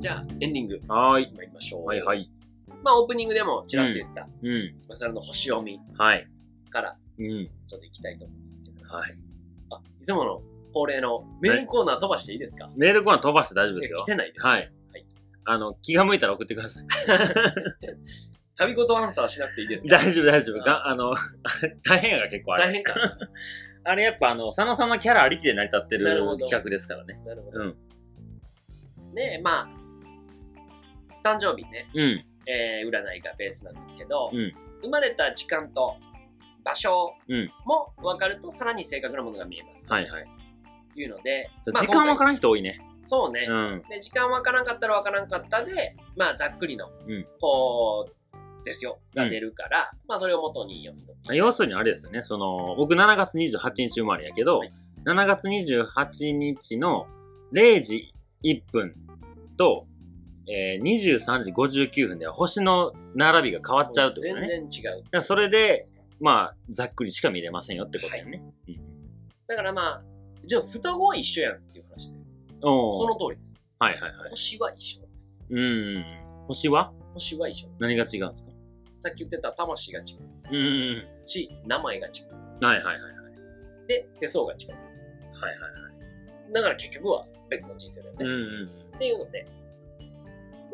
じゃあエンディング
はい。
参りましょう。
はいはい。
まあオープニングでもちらっと言った、
うん。
マサルの星読み
はい。
から
うん。
ちょっと行きたいと思うんですけど、
はい。
あ、いつもの恒例のメールコーナー飛ばしていいですか、
メールコーナー飛ばして大丈夫
い
で
や
すよ
来。てないです。
はい。あの、気が向いたら送ってください。
旅ごとアンサーしなくていいですか
大丈夫、大丈夫。が、あの、 大変やが結構あ
大
れ。
変か。
あれやっぱあの、佐野さんのキャラありきで成り立って
な
る
るほど
企画ですからね。
なるほど。
うん。
ねえ、まあ、誕生日ね、
うん。
えー占いがベースなんですけど、
うん
生まれた時間と場所
うん
も分かるとさらに正確なものが見えます。
はいはい。
いうので、まあ
時間わ
今
か
回
らん人多いね。
そうね、
うん。
で時間わからんかったらわからんかったで、まあ、ざっくりの、
ん
こうですよが出るから、まあそれを元に読み解き
要するにあれですよね、その、僕7月28日生まれやけど、
はい
7月28日の0時1分と、えー、23時59分では星の並びが変わっちゃうってことね。だか
全然違う
らそれで、まあ、ざっくりしか見れませんよってことやね。
だからまあじゃあ双子は一緒やんっていう話で
お
そ
お
の通りです
はいはいはい。
星は一緒です
うんうん。星は
星は一緒
何が違うんですか
さっき言ってた魂が違
うんうん
うし名前が違
うん。はいはいはいはい。は
うで手相が違
いはいはい。
うだから結局は別の人生だよね、
うん
っ
うん。
ていうので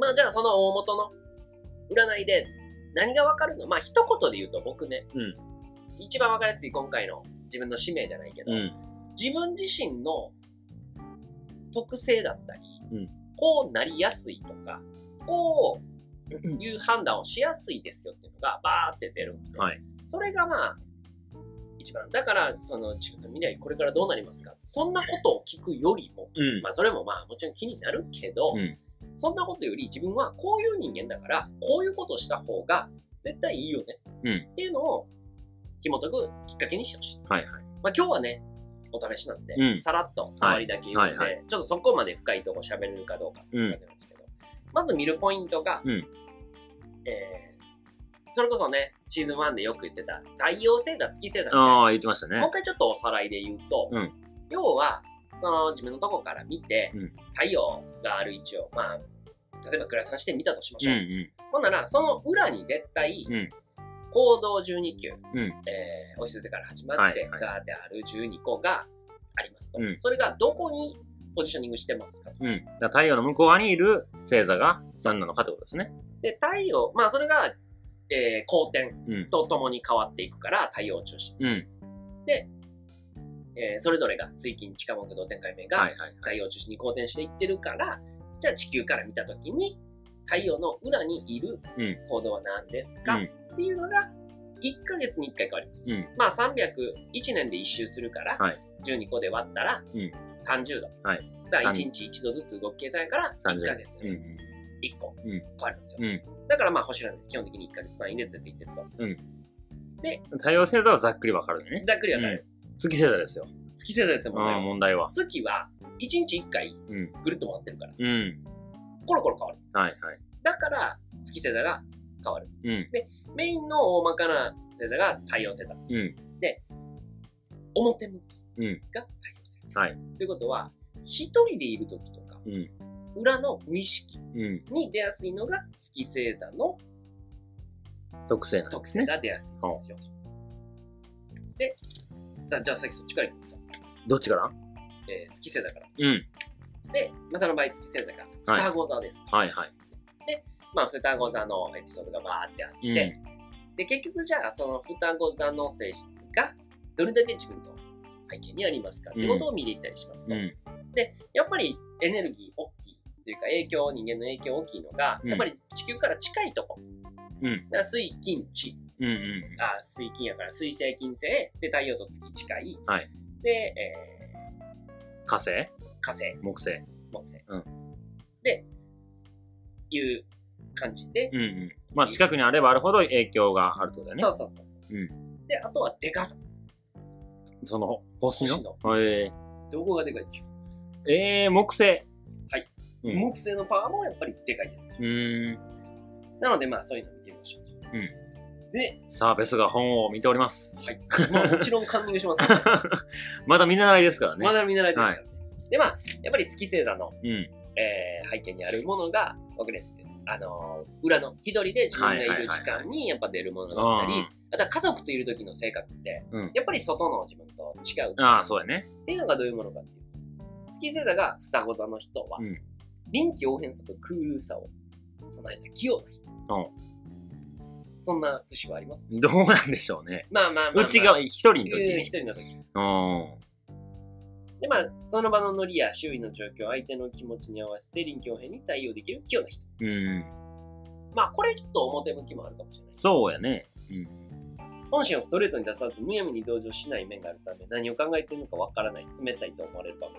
まあじゃあその大元の占いで何がわかるのまあ一言で言うと僕ね、
うん
一番わかりやすい今回の自分の使命じゃないけど、
うん。
自分自身の特性だったり、
うん
こうなりやすいとかこういう判断をしやすいですよっていうのがバーって出るんで、
はい
それがまあ一番だからその自分の未来これからどうなりますかそんなことを聞くよりも、
うん。
まあ、それもまあもちろん気になるけど、
うん
そんなことより自分はこういう人間だからこういうことをした方が絶対いいよね、
うん
っていうのを紐解くきっかけにしてほしい。
はいはい。
まあ、今日はね、お試しなんで、
うん
さらっと触りだけ言うので、
はいは
ちょっとそこまで深いとこ喋れるかどうかっていう感じなんですけど、まず見るポイントが、
うん
えーそれこそね、シーズン1でよく言ってた、太陽星座、月星座みたいな
ああ、言ってましたね
もう一。回ちょっとおさらいで言うと、
うん
要は、その自分のとこから見て、
うん
太陽がある位置を、まあ、例えば暗さして見たとしま
う
し
ん
ょ
う
う。
ん。
ほんなら、その裏に絶対、
うん
行動12球、
うん
えー、お静から始まって、
はいはい
ガーってある12個がありますと、
うん
それがどこにポジショニングしてますかと。
うん。だから太陽の向こう側にいる星座が何なのかってことですね。
で、太陽、まあそれが、えー、光点
うん。
とともに変わっていくから、太陽中心。
うん。
えー、それぞれが水金、地下木、土天海明が、
はいはいは
太
い。
陽中心に光転していってるから、じゃあ地球から見たときに、太陽の裏にいる
うん
行動は何ですか、
うん
っていうのが、1ヶ月に1回変わります。
うん
まあ301年で1周するから、
はい
12個で割ったら
うん
30度。
はい
だから1日1度ずつ動き計算やから、1ヶ
30
月
うん
に1個
うん
変わりますよ。
うん
だからまあ星なんで基本的に1ヶ月単位で出ていってると。
うん。太陽星座はざっくりわかるね。
ざっくりわかる。
月星座ですよ。
月星座ですよ、
う
もうね
ん、問題は。
月は1日1回
うん。
ぐるっと回ってるから、
うん。
コロコロ変わる。
はいはい。
だから月星座が変わる。
うん。
メインの大まかな星座が太陽星座。
うん。
表向
う
き
ん
が太陽星座。
はい。
ということは、一人でいる時とか、
うん。
裏の無意識
うん。
に出やすいのが月星座の
特性なんで
特
す
性
ね。
が出やすいんですよ。で、さあ、じゃあさっきそっちからいきますか。
どっちから
えー月星座から。
うん。
で、まあ、その場合月星座が双子座です。
はいはい。
まあ、双子座のエピソードがバーってあって、
うん。
で、結局じゃあその双子座の性質がどれだけ自分と背景にありますかってことを見ていったりしますと。
うん。
で、やっぱりエネルギー大きいというか影響、人間の影響大きいのが、
うん
やっぱり地球から近いとこ。
うん
だから水金地。
うんうん。
あ水金やから水星金星。で、太陽と月近い。
はい
で、え
火星
ー火星、
木星。
木星。
うん
で、いう感じで、
うんうん。まあ、近くにあればあるほど影響があるってことだよね
そう。そうそうそう、
う
で、あとはでかさ。
その、星
星の
の。え
どこがでかいでしょ
ー、えー、木星。
う、
うん
木星のパワーもやっぱりでかいです、ね。
うーん。
なので、まあ、そういうの見てみましょう。で、
サーベスが本を見ております。
はい。まあ、もちろんカンニングします、ね。
まだ見習いですからね。
まだ見習いですから、ねで、まあ、やっぱり月星座の、
うん。
えー背景にあるものが、僕ですです。あのー裏の、一人で自分がいる時間にやっぱ出るものだったり、あとは家族といる時の性格って、
うん
やっぱり外の自分と違う。
うん、ああ、そうやね。
っていうのがどういうものかっていうと、月星座が双子座の人は、
うん
臨機応変さとクールさを備えた器用な人。そんな節はあります
どうなんでしょうね。
まあまあまあ、まあ、
うちが一人の時
うん一
に。
人の時。
うん。
で、まあ、その場のノリや周囲の状況、相手の気持ちに合わせて臨機応変に対応できる器用な人。
うん。
まあ、これちょっと表向きもあるかもしれない。
そうやね。うん。
本心をストレートに出さず、むやみに同情しない面があるため、何を考えているのかわからない、冷たいと思われる場面。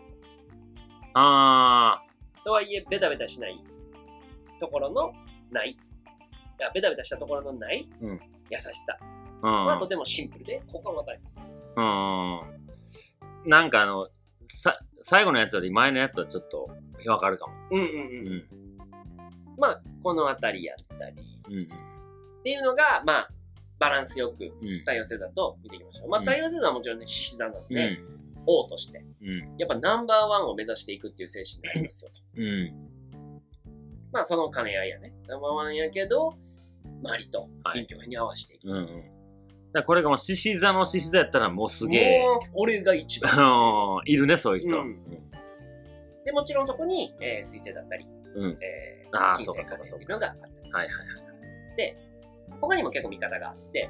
あ
とはいえ、ベタベタしないところのない、いやベタベタしたところのない
うん
優しさ
ー、うん。
はとてもシンプルで、好感を与えます。
うん。なんかあの、さ、最後のやつより前のやつはちょっとわかるかも。
うんうん
う
うん。
ん。
まあ、この辺りやったり、っ
うん。
ていうのが、まあ、バランスよく
うん。
対応制度だと見ていきましょう。まあ、
うん
対応制度はもちろんね、獅子座なの
う
で、
ん。
王として、
うん。
やっぱナンバーワンを目指していくっていう精神になりますよと。
うん。
まあ、その兼ね合いやね。ナンバーワンやけど、周りと臨機応変に合わせていく。
うん。うん。だからこれがもう獅子座の獅子座やったらもうすげえ。
もう、俺が一番。
うんいるね、そういう人。
うで、もちろんそこに、えー、水星だったり、
うん
えー、
あー
金
そう
星
か
火星
そうかそうか
っていうのがあったり。
はいはい
他にも結構見方があって、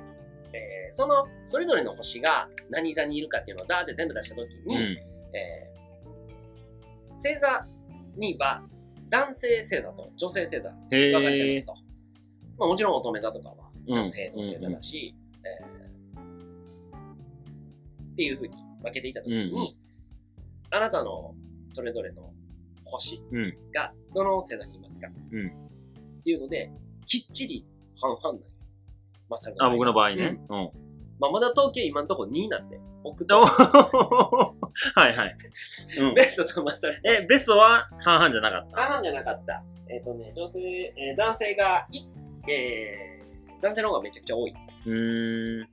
えーその、それぞれの星が何座にいるかっていうのをダーって全部出したときに、
はい。
えー星座には男性星座と女性星座分か
うん。へ
れて
え。
ますと、まあ、もちろん乙女座とかは
うん
女性の星座だし、えーっていうふうに分けていたときに、
うんうん
あなたのそれぞれの星
うん。
がどの星座にいますか、
うん
っていうのできっちり半々なんよまさ
あ、僕の場合ね。うん。
まあ、まだ統計今のところ2なんで僕
お
と
はいはい。うん
ベストとマサルと
え、ベストは半々じゃなかった。
あなんじゃなかった。えっ、とね、女性、えー男性がい、えー男性の方がめちゃくちゃ多い。
うーん。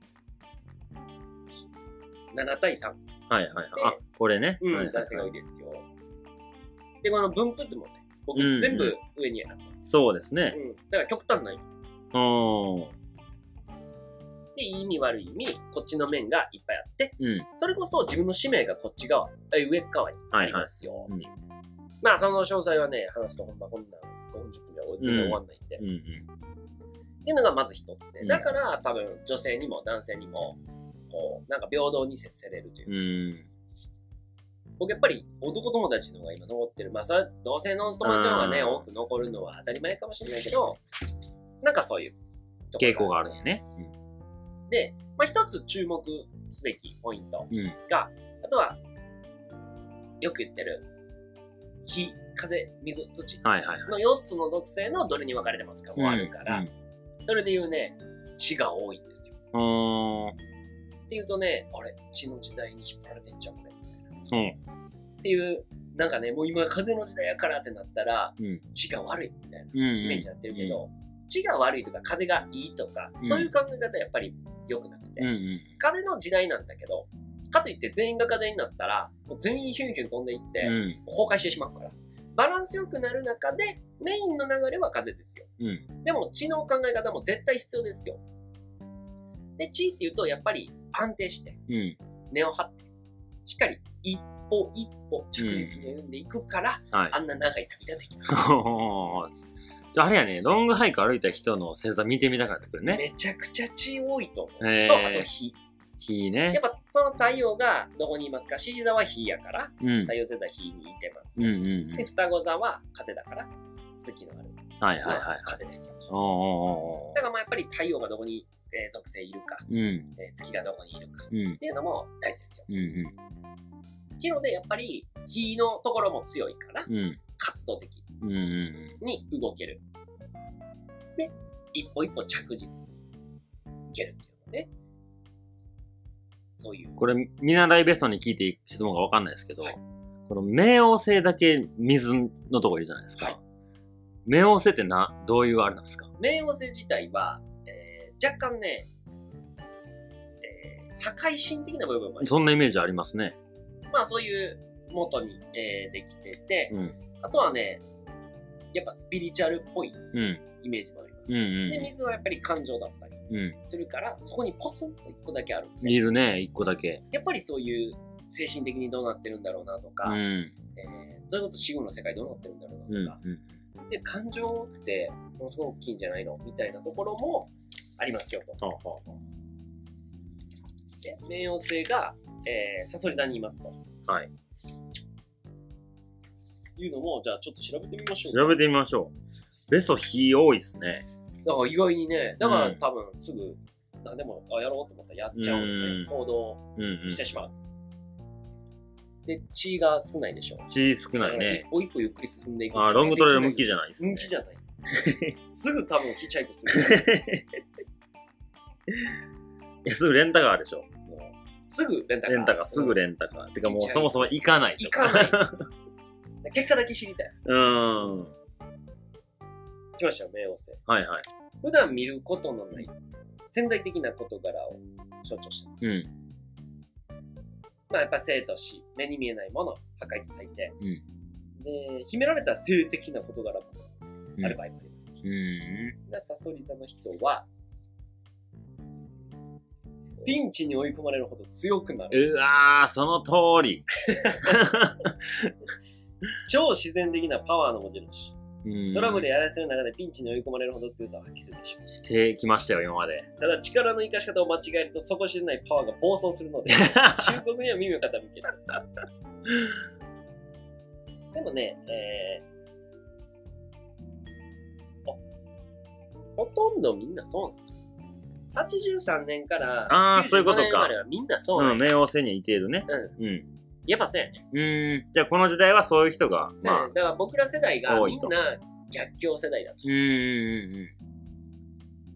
7対3。
はいはいはい。あ、これね。
うん
はいはいはい
男性が多いですよ。で、この分布図もね、僕
うん
全部上に集まって
そうですね。
る、うんだから極端な意味。
うん。
で、いい意味悪い意味、こっちの面がいっぱいあって、
うん。
それこそ自分の使命がこっち側、え上側にありますよっていう。まあ、その詳細はね、話すとほんまこんな5分10分じゃ全然終わんないんで。
うんうん。
っていうのがまず一つで、
うん
だから多分女性にも男性にもこうなんか平等に接せれるというう、
ん。
僕やっぱり男友達の方が今残ってるまあそれは同性の友達の方がね、
うん
多く残るのは当たり前かもしれないけどなんかそういう
傾向があるんやね。
で、まあ、一つ注目すべきポイント
うん。うん
があとはよく言ってる火風水土
はいはいはい。
の4つの属性のどれに分かれてますかもあるから、
うん
それで言うね血が多いんですよ
うん。う
っていうとね、あれ、血の時代に引っ張られてんじゃん、これ。みたいな
ーんうん。
っていう、なんかね、もう今風の時代やからってなったら、
うん
血が悪いみたいな
うん
イメージになってるけど、血が悪いとか風がいいとか、
うん
そういう考え方やっぱり良くなくて、
うんうん。
風の時代なんだけど、かといって全員が風になったら、もう全員ヒュンヒュン飛んでいって、
うん。
崩壊してしまうから。バランス良くなる中で、メインの流れは風ですよ。
うん。
でも知能考え方も絶対必要ですよ。で、知っていうと、やっぱり安定して、
うん。
根を張ってしっかり一歩一歩着実に歩んでいくから、
はい
あ。んな長い旅ができる、
じゃああれやね、ロングハイク歩いた人の星座見てみたくなってくるね。
めちゃくちゃ血多いと思う、
へ
とあと
え。
火
火
や
ね
っ。ぱその太陽がどこにいますか獅子座は火やから
うん。うん
太陽星座は火にいてます、
うんうん
で。双子座は風だから月のある
はいはいはい。
風ですよ、
おーお
だからまあやっぱり太陽がどこに、えー属性いるか、
ーおーうん。
えー月がどこにいるかっ
うん。
ていうのも大事ですよ
うんう
っていうのでやっぱり火のところも強いから
ん。うん。
活動的
うんうん
に動ける。で、一歩一歩着実にいけるっていうのね。そういう
うん。これ、見習いベストに聞いていく質問がわかんないですけど、
はい
この冥王星だけ水のとこいるじゃないですか。
はい
冥王星ってな、どういうあれなんですか
冥王星自体は、えー若干ね、えー破壊神的な部分もあり
そんなイメージありますね。
まあそういう元に、えーできてて、
うん。
あとはね、やっぱスピリチュアルっぽい
うん。
イメージもあります。
うん
で、水はやっぱり感情だったり
うん。う
するから、そこにポツンと一個だけあるん
ん。
で、
いるね、一個だけ。
やっぱりそういう精神的にどうなってるんだろうなとか、
うん。
えー、それこそ死後の世界どうなってるんだろ
うん。
う
う
なとか、
ん。
で感情ってものすごく大きいんじゃないのみたいなところもありますよと。
ほうほ
で冥王星が、えー、サソリ座にいますと。
はい。
いうのも、じゃあちょっと調べてみましょうか。
調べてみましょう。ベスト、火多いですね。
だから意外にね、だから
うん
多分すぐあでも、あやろうと思ったらやっちゃう、ね
うん、
行動
うんうん
してしまう。で、血が少ないでしょ。
血少な
だか
いね。
ら一歩一歩ゆっくり進んでいく
あーロングトレイル向きじゃないですね
向きじゃない。 すぐ多分ヒッチハイクす る。
いやすぐレンタカーでしょ。
もうすぐレンタカー。
レンタカー、すぐ
ン
レンタカー。てかもうそもそも行かないと。
行かない。結果だけ知りたい。
うん。
来ましたよ、冥王星。
はいはい。
普段見ることのない潜在的な事柄を象徴しています。
うん。
まあやっぱ生と死、目に見えないもの、破壊と再生。
うん
で、秘められた性的な事柄もある場合もあります。
うん。
なサソリ座の人は、ピンチに追い込まれるほど強くなる。
うわー、その通り。
超自然的なパワーの持ち主。トラブル
や
やられてる中でピンチに追い込まれるほど強さを発揮するでしょ
してきましたよ、今ま で。
う。ただ力の生かし方を間違えると底知れないパワーが暴走するので、深刻には耳を傾ける。でもね、えー、あほとんどみんなそうなの83年から
あーそういうこ
95
とか、
年まではみんなそううなんの、
冥王星にいているね。うん。
やっぱそうやね。
うーん。じゃあ、この時代はそういう人が、
そうや
まあ
ね、だから僕ら世代が
多
み
い
ん
と
な逆境世代だった。
うんうん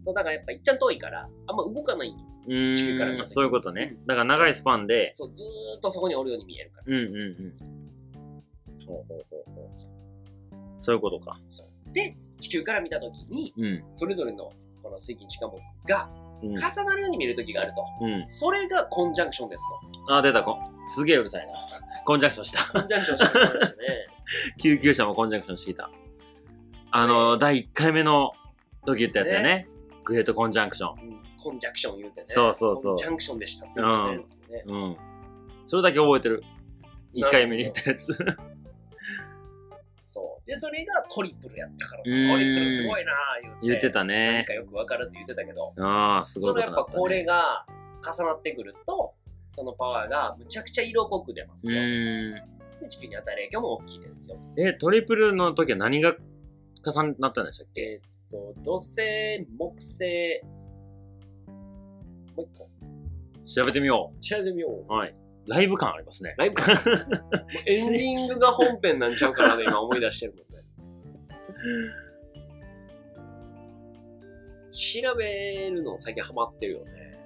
そうだからやっぱいっちゃん遠いから、あんま動かないんよ
うんうん。
地球からじゃな
うー
い
んそういうことね。だから長いスパンで、
そう、ずーっとそこにおるように見えるから。
うんうんうん。そうそうそうそう。そういうことか。
で、地球から見たときに、
うん。
それぞれのこの水銀地下木が
うん。
重なるように見えるときがあると。
うん、
それがコンジャンクションです
あ、出た、こすげえうるさいな。コンジャンクションした。
と。コンジャンクションしてましたね。
救急車もコンジャンクションしていた。あの、第1回目の時言ったやつだよね。グレートコンジャンクション。
うんコンジャンクション言うてね。
そうそうそ
コ
う
ンジャンクションでした。すいません。ね
うん。それだけ覚えてる。1回目に言ったやつ。
そう。で、それがトリプルやったからさ、
うーん
トリプルすごいなー言
言
うて。
ってた
なん
ね
か。よくわからず言ってたけど、
ああ、すごい
その
こと
やっ
にな
ぱ
った、ね。
これが重なってくると、そのパワーがむちゃくちゃ色濃く出ます
う
よ。
ーん。
で地球に与える影響も大きいですよ。
え、トリプルの時は何が重なったんでしたっけ
えーっと、土星、木星、もう一個、
調べてみよ
調べてみよう
う。。はい。ライブ感ありますね。
ライブかも うエンディングが本編なんちゃうからね、今思い出してるもんね。調べるの最近ハマってるよね。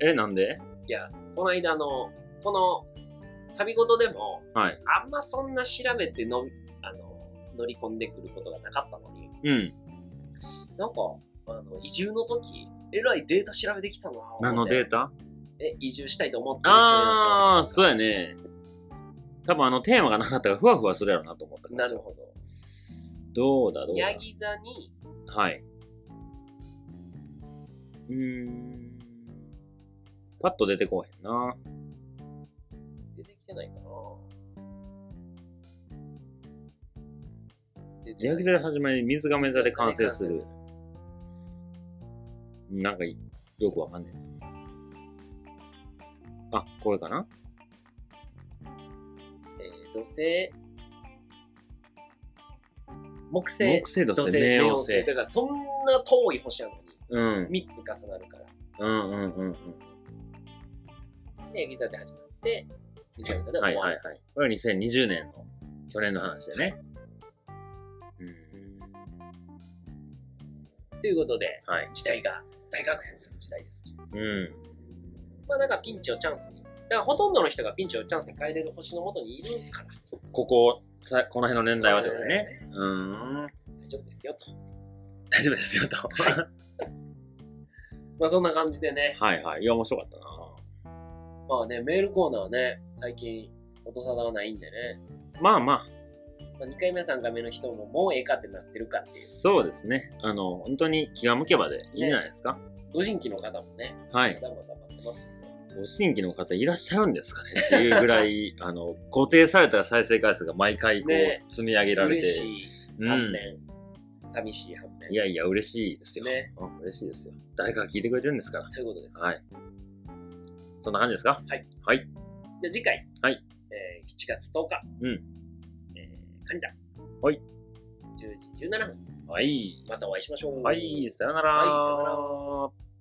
え、なんで
いや、この間の、この、旅事でも、
はい
あんまそんな調べてのあの乗り込んでくることがなかったのに、
うん。
なんか、あの移住の時、えらいデータ調べてきたな思って
何のデータ
え、移住したいと思ってる人
ああ、そう
う
やね。多分あのテーマがなかったからふわふわするやろうなと思ったから
なるほ
どうだど
ど。
うだ
ヤ。ギ座に、
はい。うーん。パッと出てこうへんな。
出てきてないかな出てない
ヤギ座で始まり、水亀座で完成する。なんかい、よくわかんない。あ、これかな
えー土星、木星
木、星土
土
星、
星、
冥
冥
王
王星。
星
だ。からそんな遠い星なの
うん。
に、3つ重なるから。
うんうんうんうん。
で、ヤギ座で始まって、水上座で
は
終
い
わ
は
る。
いはい。これは2020年の、去年の話でね。うん。
ということで、
はい。
時代が大学変する時代です。
うん。
まあだからピンチをチャンスに。だからほとんどの人がピンチをチャンスに変えれる星のもとにいるから。
ここ、さこの辺の年代はってことね。
ね。
うーん。
大丈夫ですよと。
大丈夫ですよ、と。は
まあそんな感じでね。
いはい。いや、面白かったな。
まあね、メールコーナーはね、最近音沙汰はないんでね。
まあまあ、
まあ、2回目、3回目の人ももうええかってなってるかっていう。
そうですね。あの、本当に気が向けばでいいんじゃないですか。
ご新規の方もね、
は
ま
い。
だまだ待ってますんで。
ご新規の方いらっしゃるんですかねっていうぐらい、 あの、固定された再生回数が毎回こ
ね
う、積み上げられて。
嬉しい反面、寂しい反
う
面。
ん。いやいや、嬉しいですよ。
ね
うん嬉しいですよ。誰かが聞いてくれてるんですから。
そういうことです。
はい。そんな感じですか
はい。
はい。
じゃあ次回、
はい
えー7月10日、
うん
えー、カニ座、
はい、
10時17分、
はい。
またお会いしましょう。
はい、さよなら。
はいさよ
なら。